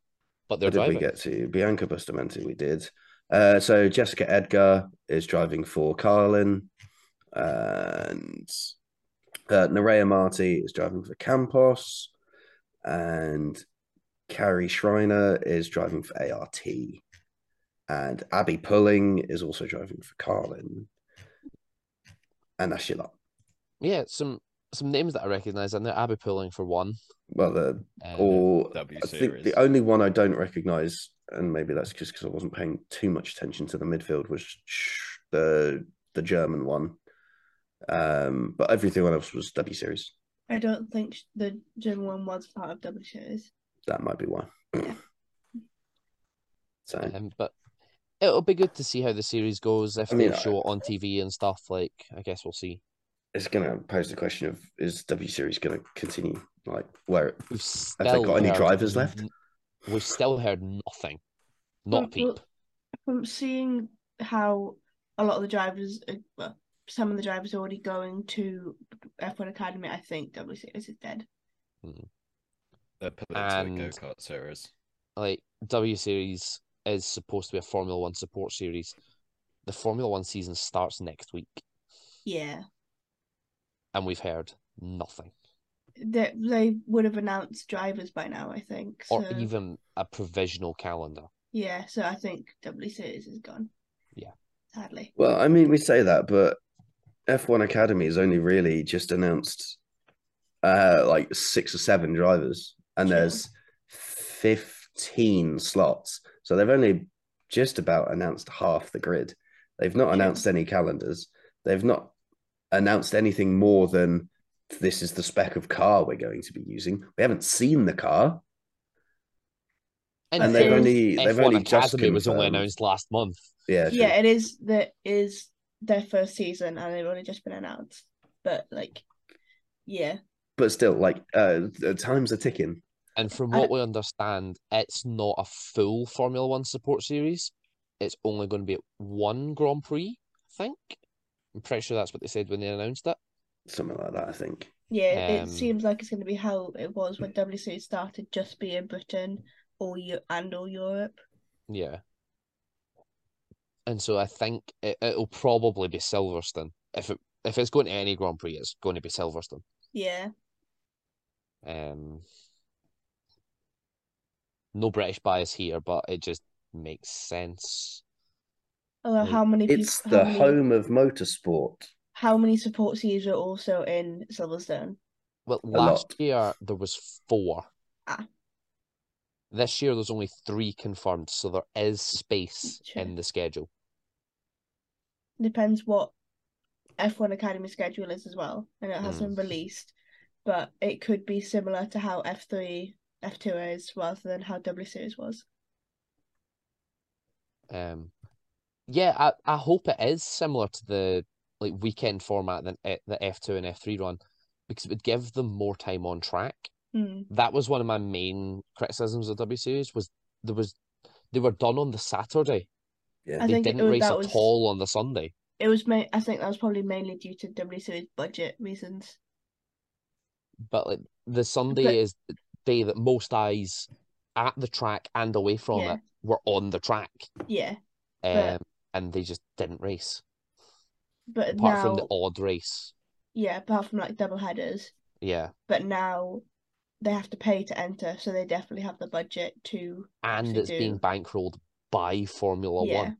[SPEAKER 1] but they're
[SPEAKER 2] Where did
[SPEAKER 1] driving.
[SPEAKER 2] we get to? Bianca Bustamante, we did. Uh, so Jessica Edgar is driving for Carlin, and uh, Nerea Marty is driving for Campos, and Carrie Schreiner is driving for ART, and Abby Pulling is also driving for Carlin, and that's your lot.
[SPEAKER 1] Yeah, some some names that I recognise in there. Abby Pulling for one.
[SPEAKER 2] Well, the
[SPEAKER 1] Um,
[SPEAKER 2] or
[SPEAKER 3] W
[SPEAKER 2] I think
[SPEAKER 3] series.
[SPEAKER 2] the only one I don't recognize, and maybe that's just because I wasn't paying too much attention to the midfield, was Sch- the the German one. Um, but everything else was W series.
[SPEAKER 5] I don't think sh- the German one was part of W series.
[SPEAKER 2] That might be why. so
[SPEAKER 1] um, but it'll be good to see how the series goes if
[SPEAKER 2] I mean,
[SPEAKER 1] they
[SPEAKER 2] I-
[SPEAKER 1] show it on TV and stuff. Like, I guess we'll see.
[SPEAKER 2] it's gonna pose the question of is W series gonna continue? Like where
[SPEAKER 1] We've
[SPEAKER 2] they
[SPEAKER 1] still
[SPEAKER 2] got any
[SPEAKER 1] heard
[SPEAKER 2] drivers left?
[SPEAKER 1] n- We've still heard nothing. Not
[SPEAKER 5] But-
[SPEAKER 1] peep.
[SPEAKER 5] but From seeing how a lot of the drivers, are, well, some of the drivers are already going to F1 Academy, I think W series is dead.
[SPEAKER 3] They're put into
[SPEAKER 1] And-
[SPEAKER 3] a go kart series.
[SPEAKER 1] like W Series is supposed to be a Formula One support series. The Formula One season starts next week,
[SPEAKER 5] Yeah.
[SPEAKER 1] and we've heard nothing,
[SPEAKER 5] They, they would have announced drivers by now, I think. So,
[SPEAKER 1] or
[SPEAKER 4] Hmm.
[SPEAKER 1] even a provisional calendar.
[SPEAKER 5] yeah, so I think W series is gone.
[SPEAKER 1] Yeah.
[SPEAKER 5] Sadly.
[SPEAKER 2] Well, I mean, we say that, but F1 Academy has only really just announced uh like six or seven drivers, and
[SPEAKER 5] Sure.
[SPEAKER 2] there's 15 slots. So they've only just about announced half the grid. They've not
[SPEAKER 5] Sure.
[SPEAKER 2] announced any calendars. They've not announced anything more than this is the spec of car we're going to be using. We haven't seen the car. And they've
[SPEAKER 1] F1
[SPEAKER 2] only they've only just
[SPEAKER 1] Academy was only
[SPEAKER 2] confirmed-
[SPEAKER 1] announced last month.
[SPEAKER 2] Yeah, true.
[SPEAKER 4] Yeah, it is that is their first season and they've only just been announced. But like yeah.
[SPEAKER 2] but still, like uh, the times are ticking.
[SPEAKER 1] And from
[SPEAKER 4] I-
[SPEAKER 1] what we understand, it's not a full Formula One support series. It's only going to be at one Grand Prix, I think. I'm pretty sure that's what they said when they announced it.
[SPEAKER 2] Something like that, I think.
[SPEAKER 4] Yeah,
[SPEAKER 1] Um,
[SPEAKER 4] it seems like it's going to be how it was
[SPEAKER 2] *clears throat*
[SPEAKER 4] when WC started, just be in Britain or you and or Europe.
[SPEAKER 1] Yeah. And so I think it, it'll probably be Silverstone. If it if it's going to any Grand Prix, it's going to be Silverstone.
[SPEAKER 4] Yeah,
[SPEAKER 1] Um, no British bias here, but it just makes sense.
[SPEAKER 4] although
[SPEAKER 1] Like,
[SPEAKER 4] Oh, how many peop-
[SPEAKER 2] It's
[SPEAKER 4] how
[SPEAKER 2] the
[SPEAKER 4] many-
[SPEAKER 2] home of motorsport.
[SPEAKER 4] How many support teams are also in Silverstone?
[SPEAKER 1] Well,
[SPEAKER 2] A
[SPEAKER 1] last
[SPEAKER 2] lot.
[SPEAKER 1] year there was four.
[SPEAKER 4] Ah.
[SPEAKER 1] This year there's only three confirmed, so there is space
[SPEAKER 4] Sure.
[SPEAKER 1] in the schedule.
[SPEAKER 4] Depends what F1 Academy schedule is as well. I know it hasn't
[SPEAKER 1] Mm.
[SPEAKER 4] been released, but it could be similar to how F3, F2 is rather than how W Series was.
[SPEAKER 1] Um, yeah, I, I hope it is similar to the like weekend format than eh, the F2 and F3 run, because it would give them more time on track.
[SPEAKER 4] Hmm.
[SPEAKER 1] that was one of my main criticisms of W Series was there was they were done on the Saturday.
[SPEAKER 4] I
[SPEAKER 1] They
[SPEAKER 4] think it
[SPEAKER 1] didn't
[SPEAKER 4] was,
[SPEAKER 1] race
[SPEAKER 4] that
[SPEAKER 1] at
[SPEAKER 4] was
[SPEAKER 1] all on the Sunday.
[SPEAKER 4] it was ma- I think that was probably mainly due to W Series budget reasons.
[SPEAKER 1] But like the Sunday
[SPEAKER 4] But-
[SPEAKER 1] is the day that most eyes at the track and away from
[SPEAKER 4] Yeah.
[SPEAKER 1] it were on the track.
[SPEAKER 4] Yeah,
[SPEAKER 1] Um,
[SPEAKER 4] But-
[SPEAKER 1] and they just didn't race.
[SPEAKER 4] but
[SPEAKER 1] Apart
[SPEAKER 4] now
[SPEAKER 1] from the odd race.
[SPEAKER 4] yeah, apart from like double headers,
[SPEAKER 1] Yeah.
[SPEAKER 4] but now they have to pay to enter, so they definitely have the budget to
[SPEAKER 1] And
[SPEAKER 4] They
[SPEAKER 1] it's being
[SPEAKER 4] do.
[SPEAKER 1] bankrolled by Formula
[SPEAKER 4] yeah.
[SPEAKER 1] One.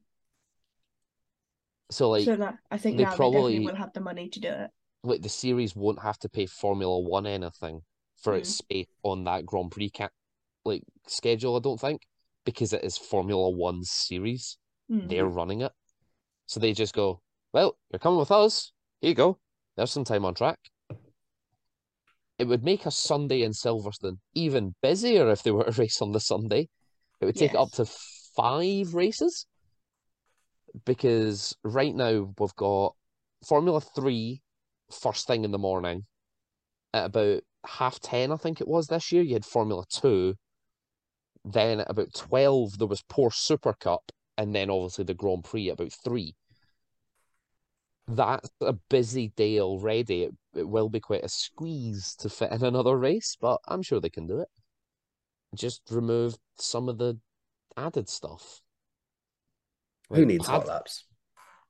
[SPEAKER 1] So like
[SPEAKER 4] so now, I think
[SPEAKER 1] they
[SPEAKER 4] now they
[SPEAKER 1] probably-
[SPEAKER 4] definitely will have the money to do it.
[SPEAKER 1] like the series won't have to pay Formula One anything for its
[SPEAKER 4] Mm.
[SPEAKER 1] space on that Grand Prix ca- like schedule. I don't think because it is Formula One series,
[SPEAKER 4] Hmm.
[SPEAKER 1] they're running it, so they just go, "Well, you're coming with us. Here you go. There's some time on track." It would make a Sunday in Silverstone even busier if they were to *laughs* race on the Sunday. It would take it up to five races because right now we've got Formula Three first thing in the morning at about half 10, I think it was this year. You had Formula 2. Then at about 12, there was Porsche Super Cup. And then obviously the Grand Prix at about 3. That's a busy day already. It, it will be quite a squeeze to fit in another race, but I'm sure they can do it. Just remove some of the added stuff.
[SPEAKER 2] Who
[SPEAKER 1] Like
[SPEAKER 2] needs
[SPEAKER 1] pad-
[SPEAKER 2] hot laps?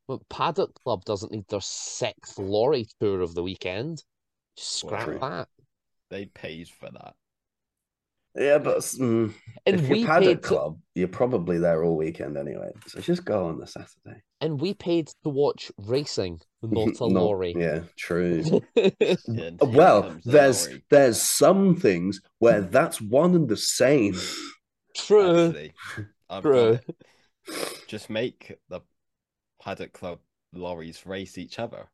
[SPEAKER 1] well, Paddock Club doesn't need their sixth lorry tour of the weekend. Just
[SPEAKER 3] Well,
[SPEAKER 1] scrap
[SPEAKER 2] true.
[SPEAKER 1] that.
[SPEAKER 3] They paid for that.
[SPEAKER 2] Yeah, but mm,
[SPEAKER 1] And
[SPEAKER 2] if
[SPEAKER 1] we
[SPEAKER 2] you're
[SPEAKER 1] paid
[SPEAKER 2] paddock
[SPEAKER 1] to-
[SPEAKER 2] club, you're probably there all weekend anyway. So just go on the Saturday.
[SPEAKER 1] and we paid to watch
[SPEAKER 2] *laughs*
[SPEAKER 1] racing, not a lorry.
[SPEAKER 2] Yeah, true. Uh,
[SPEAKER 3] Yeah, and here
[SPEAKER 2] well,
[SPEAKER 3] comes the
[SPEAKER 2] there's
[SPEAKER 3] lorry.
[SPEAKER 2] there's some things where
[SPEAKER 1] Hmm.
[SPEAKER 2] that's one and the same.
[SPEAKER 1] *laughs* True.
[SPEAKER 3] Actually, I've
[SPEAKER 1] True.
[SPEAKER 3] got it. Just make the paddock club lorries race each other.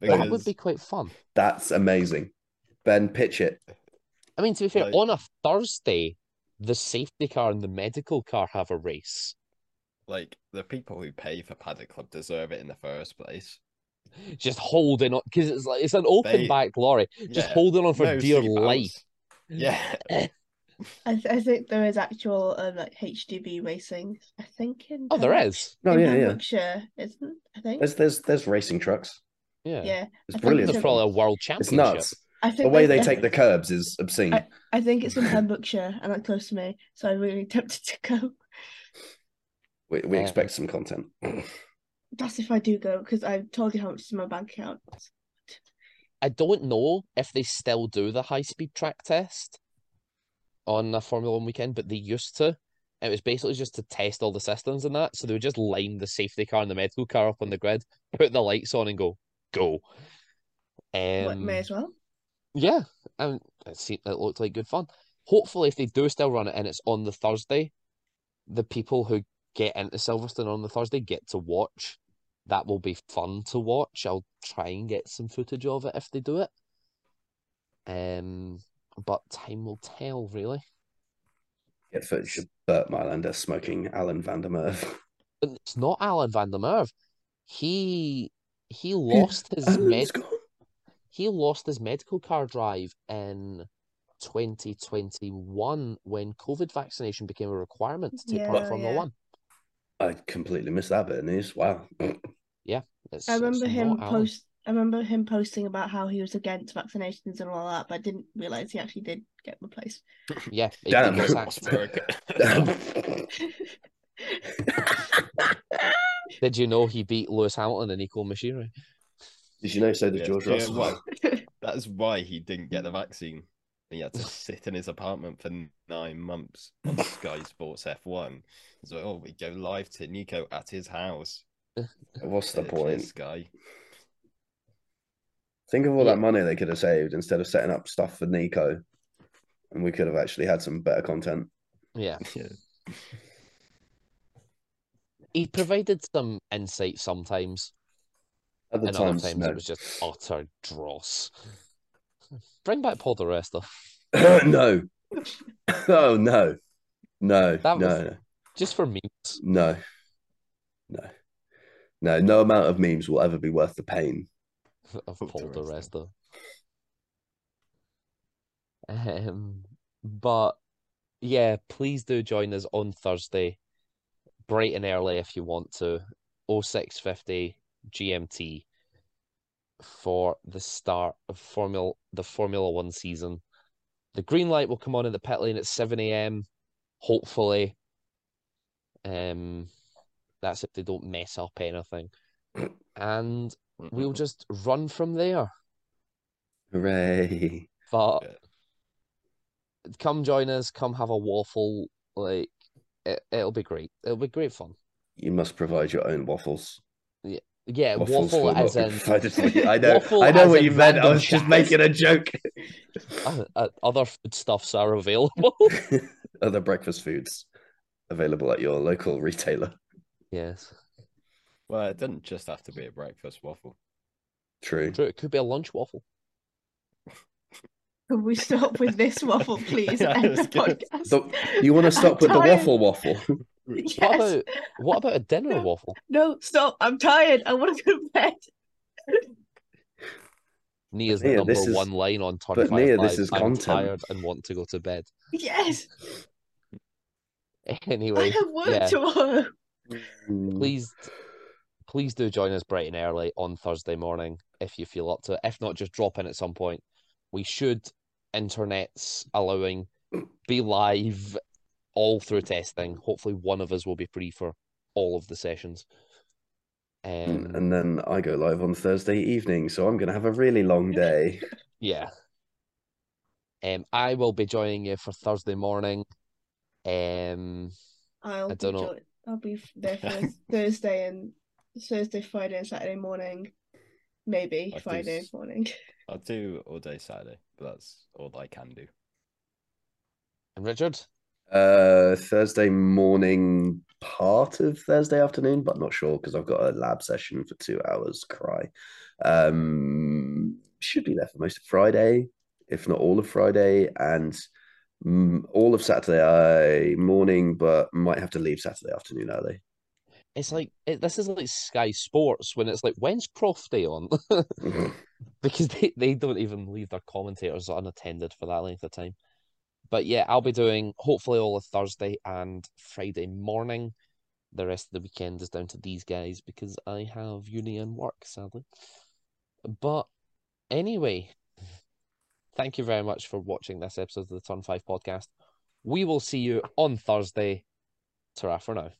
[SPEAKER 1] That would
[SPEAKER 3] Because
[SPEAKER 1] be quite fun.
[SPEAKER 2] That's amazing. Ben, pitch it.
[SPEAKER 1] I mean, to be fair,
[SPEAKER 3] Like-
[SPEAKER 1] on a Thursday, the safety car and the medical car have a race.
[SPEAKER 3] like the people who pay for paddock club deserve it in the first place.
[SPEAKER 1] Just holding on because it's like it's an open
[SPEAKER 3] They-
[SPEAKER 1] back lorry, just
[SPEAKER 3] Yeah,
[SPEAKER 1] holding on for
[SPEAKER 3] no
[SPEAKER 1] dear
[SPEAKER 3] seatbelts.
[SPEAKER 1] life. *laughs*
[SPEAKER 3] Yeah,
[SPEAKER 4] I, th- I think there is actual um, like HDB racing. I think in
[SPEAKER 1] Oh, there
[SPEAKER 4] Pembrok-
[SPEAKER 1] is.
[SPEAKER 2] No,
[SPEAKER 4] in
[SPEAKER 2] yeah, yeah.
[SPEAKER 4] Pembrokeshire, isn't I think
[SPEAKER 2] There's there's there's racing trucks.
[SPEAKER 1] Yeah.
[SPEAKER 4] yeah.
[SPEAKER 2] It's
[SPEAKER 4] I think
[SPEAKER 2] brilliant.
[SPEAKER 1] There's
[SPEAKER 4] so.
[SPEAKER 1] probably a world
[SPEAKER 2] It's
[SPEAKER 1] championship.
[SPEAKER 2] nuts.
[SPEAKER 4] I think
[SPEAKER 2] The way
[SPEAKER 4] they
[SPEAKER 2] they
[SPEAKER 4] *laughs*
[SPEAKER 2] take the curbs is obscene.
[SPEAKER 4] I think it's in Pembrokeshire and like close to me, so I'm really tempted to go.
[SPEAKER 2] We, we
[SPEAKER 1] Yeah.
[SPEAKER 2] expect some content.
[SPEAKER 4] That's if I do go because I've told you how much is in my bank account.
[SPEAKER 1] I don't know if they still do the high speed track test on a Formula One weekend, but they used to. It was basically just to test all the systems and that. So they would just line the safety car and the medical car up on the grid, put the lights on, and go, go.
[SPEAKER 4] What
[SPEAKER 1] Um,
[SPEAKER 4] may as well.
[SPEAKER 1] yeah, and it seemed, it looked like good fun. Hopefully, if they do still run it and it's on the Thursday, the people who get into Silverstone on the Thursday get to watch. That will be fun to watch. I'll try and get some footage of it if they do it. Um, but time will tell, really.
[SPEAKER 2] Get footage of Bert Mylander smoking Alan Vandermeer.
[SPEAKER 1] But it's not Alan van der Merwe. He he lost
[SPEAKER 2] *laughs*
[SPEAKER 1] his med
[SPEAKER 2] Alan's gone.
[SPEAKER 1] he lost his medical card drive in 2021 when COVID vaccination became a requirement to take part
[SPEAKER 5] Yeah,
[SPEAKER 1] in Formula
[SPEAKER 5] yeah.
[SPEAKER 1] One.
[SPEAKER 2] I completely missed that bit of news.
[SPEAKER 1] *laughs*
[SPEAKER 2] Wow.
[SPEAKER 1] Yeah, it's,
[SPEAKER 5] I
[SPEAKER 1] it's
[SPEAKER 5] remember him
[SPEAKER 1] not Alan.
[SPEAKER 5] post. I remember him posting about how he was against vaccinations and all that, but I didn't realize he actually did get
[SPEAKER 4] *laughs*
[SPEAKER 5] replaced.
[SPEAKER 1] Yeah, he did
[SPEAKER 2] Damn.
[SPEAKER 1] get sacked.
[SPEAKER 3] *laughs*
[SPEAKER 1] Did you know he beat Lewis Hamilton in equal machinery?
[SPEAKER 2] Did you know so did
[SPEAKER 3] Yeah,
[SPEAKER 2] George
[SPEAKER 3] yeah,
[SPEAKER 2] Russell?
[SPEAKER 3] well,
[SPEAKER 1] *laughs*
[SPEAKER 3] That's why he didn't get the vaccine. He had to sit in his apartment for nine months on Sky Sports F1. So oh, we go live to Nico at his house.
[SPEAKER 2] What's the
[SPEAKER 3] Literally,
[SPEAKER 2] point?
[SPEAKER 3] Sky.
[SPEAKER 2] Think of all
[SPEAKER 1] Yeah.
[SPEAKER 2] that money they could have saved instead of setting up stuff for Nico. And we could have actually had some better content.
[SPEAKER 1] Yeah.
[SPEAKER 3] Yeah.
[SPEAKER 1] He provided some insight sometimes,
[SPEAKER 2] At the
[SPEAKER 1] and
[SPEAKER 2] time,
[SPEAKER 1] other times it was just utter dross. Bring back Paul the Rester.
[SPEAKER 2] *laughs* no. oh no. No.
[SPEAKER 1] That
[SPEAKER 2] no.
[SPEAKER 1] was- Just for memes.
[SPEAKER 2] No. No. No. No amount of memes will ever be worth the pain.
[SPEAKER 1] of
[SPEAKER 3] Hope
[SPEAKER 1] Paul the
[SPEAKER 3] the rest
[SPEAKER 1] Rester. Um, but yeah, please do join us on Thursday, bright and early if you want to, 0650 GMT for the start of Formula the Formula One season. The green light will come on in the pit lane at 7 a.m. Hopefully. Um, that's if they don't mess up anything. And we'll just run from there.
[SPEAKER 2] Hooray.
[SPEAKER 1] But
[SPEAKER 3] Yeah.
[SPEAKER 1] come join us, come have a waffle. Like it, it'll be great. It'll be great fun.
[SPEAKER 2] You must provide your own waffles.
[SPEAKER 1] Yeah,
[SPEAKER 2] Waffles
[SPEAKER 1] waffle
[SPEAKER 2] will not
[SPEAKER 1] as
[SPEAKER 2] be
[SPEAKER 1] in
[SPEAKER 2] provided for you. *laughs* I know
[SPEAKER 1] Waffle
[SPEAKER 2] I know
[SPEAKER 1] as
[SPEAKER 2] what
[SPEAKER 1] in
[SPEAKER 2] you meant. I
[SPEAKER 1] random
[SPEAKER 2] was just
[SPEAKER 1] jazz.
[SPEAKER 2] making a
[SPEAKER 1] *laughs*
[SPEAKER 2] joke. *laughs*
[SPEAKER 1] uh, uh, other foodstuffs are
[SPEAKER 2] *laughs*
[SPEAKER 1] available.
[SPEAKER 2] Other breakfast foods available at your local retailer.
[SPEAKER 1] yes,
[SPEAKER 3] Well, it doesn't just have to be a breakfast waffle.
[SPEAKER 2] True.
[SPEAKER 1] true. It could be a lunch waffle.
[SPEAKER 5] Could we stop with this
[SPEAKER 1] *laughs*
[SPEAKER 5] waffle, please?
[SPEAKER 3] Yeah,
[SPEAKER 5] and end
[SPEAKER 3] I
[SPEAKER 5] the
[SPEAKER 3] was gonna-
[SPEAKER 5] podcast.
[SPEAKER 2] The- you want to
[SPEAKER 5] I'm
[SPEAKER 2] stop with the
[SPEAKER 5] tired.
[SPEAKER 2] waffle waffle?
[SPEAKER 5] Yes.
[SPEAKER 1] What about what about a dinner
[SPEAKER 5] No.
[SPEAKER 1] waffle?
[SPEAKER 5] No, stop. I'm tired. I want to go to
[SPEAKER 1] *laughs*
[SPEAKER 5] bed.
[SPEAKER 1] Nia's
[SPEAKER 2] Nia,
[SPEAKER 1] number
[SPEAKER 2] this is-
[SPEAKER 1] one line on turn
[SPEAKER 2] but
[SPEAKER 1] five.
[SPEAKER 2] Nia, this
[SPEAKER 1] five,
[SPEAKER 2] is
[SPEAKER 1] I'm
[SPEAKER 2] content."
[SPEAKER 1] tired and want to go to bed. *laughs*
[SPEAKER 5] Yes. I
[SPEAKER 1] Anyway,
[SPEAKER 5] have work
[SPEAKER 1] yeah.
[SPEAKER 5] tomorrow.
[SPEAKER 2] Mm.
[SPEAKER 1] please please do join us bright and early on Thursday morning if you feel up to it. If not, just drop in at some point. We should, internet's allowing, be live all through testing. Hopefully, one of us will be free for all of the sessions. Um,
[SPEAKER 2] Mm, and then I go live on Thursday evening, so I'm going to have a really long day.
[SPEAKER 1] yeah. Um, I will be joining you for Thursday morning. Um,
[SPEAKER 5] I'll
[SPEAKER 1] I don't
[SPEAKER 5] be
[SPEAKER 1] know.
[SPEAKER 5] join- I'll be f-
[SPEAKER 1] *laughs*
[SPEAKER 5] there for Thursday and Thursday, Friday, and Saturday morning. Maybe
[SPEAKER 3] I do
[SPEAKER 5] Friday
[SPEAKER 3] s-
[SPEAKER 5] morning.
[SPEAKER 3] I'll do all day Saturday, but that's all I can do.
[SPEAKER 1] and Richard,
[SPEAKER 2] Uh, Thursday morning, part of Thursday afternoon, but not sure because I've got a lab session for two hours. Cry. Um, should be there for most of Friday, if not all of Friday, and mm, all of Saturday uh, morning, but might have to leave Saturday afternoon early. *laughs*
[SPEAKER 1] it's like it, this is like Sky Sports when it's like, when's Croft Day on? *laughs* because they, they don't even leave their commentators unattended for that length of time. But yeah, I'll be doing hopefully all of Thursday and Friday morning. The rest of the weekend is down to these guys because I have uni and work, sadly. But anyway, thank you very much for watching this episode of the Turn 5 podcast. We will see you on Thursday. Ta for now.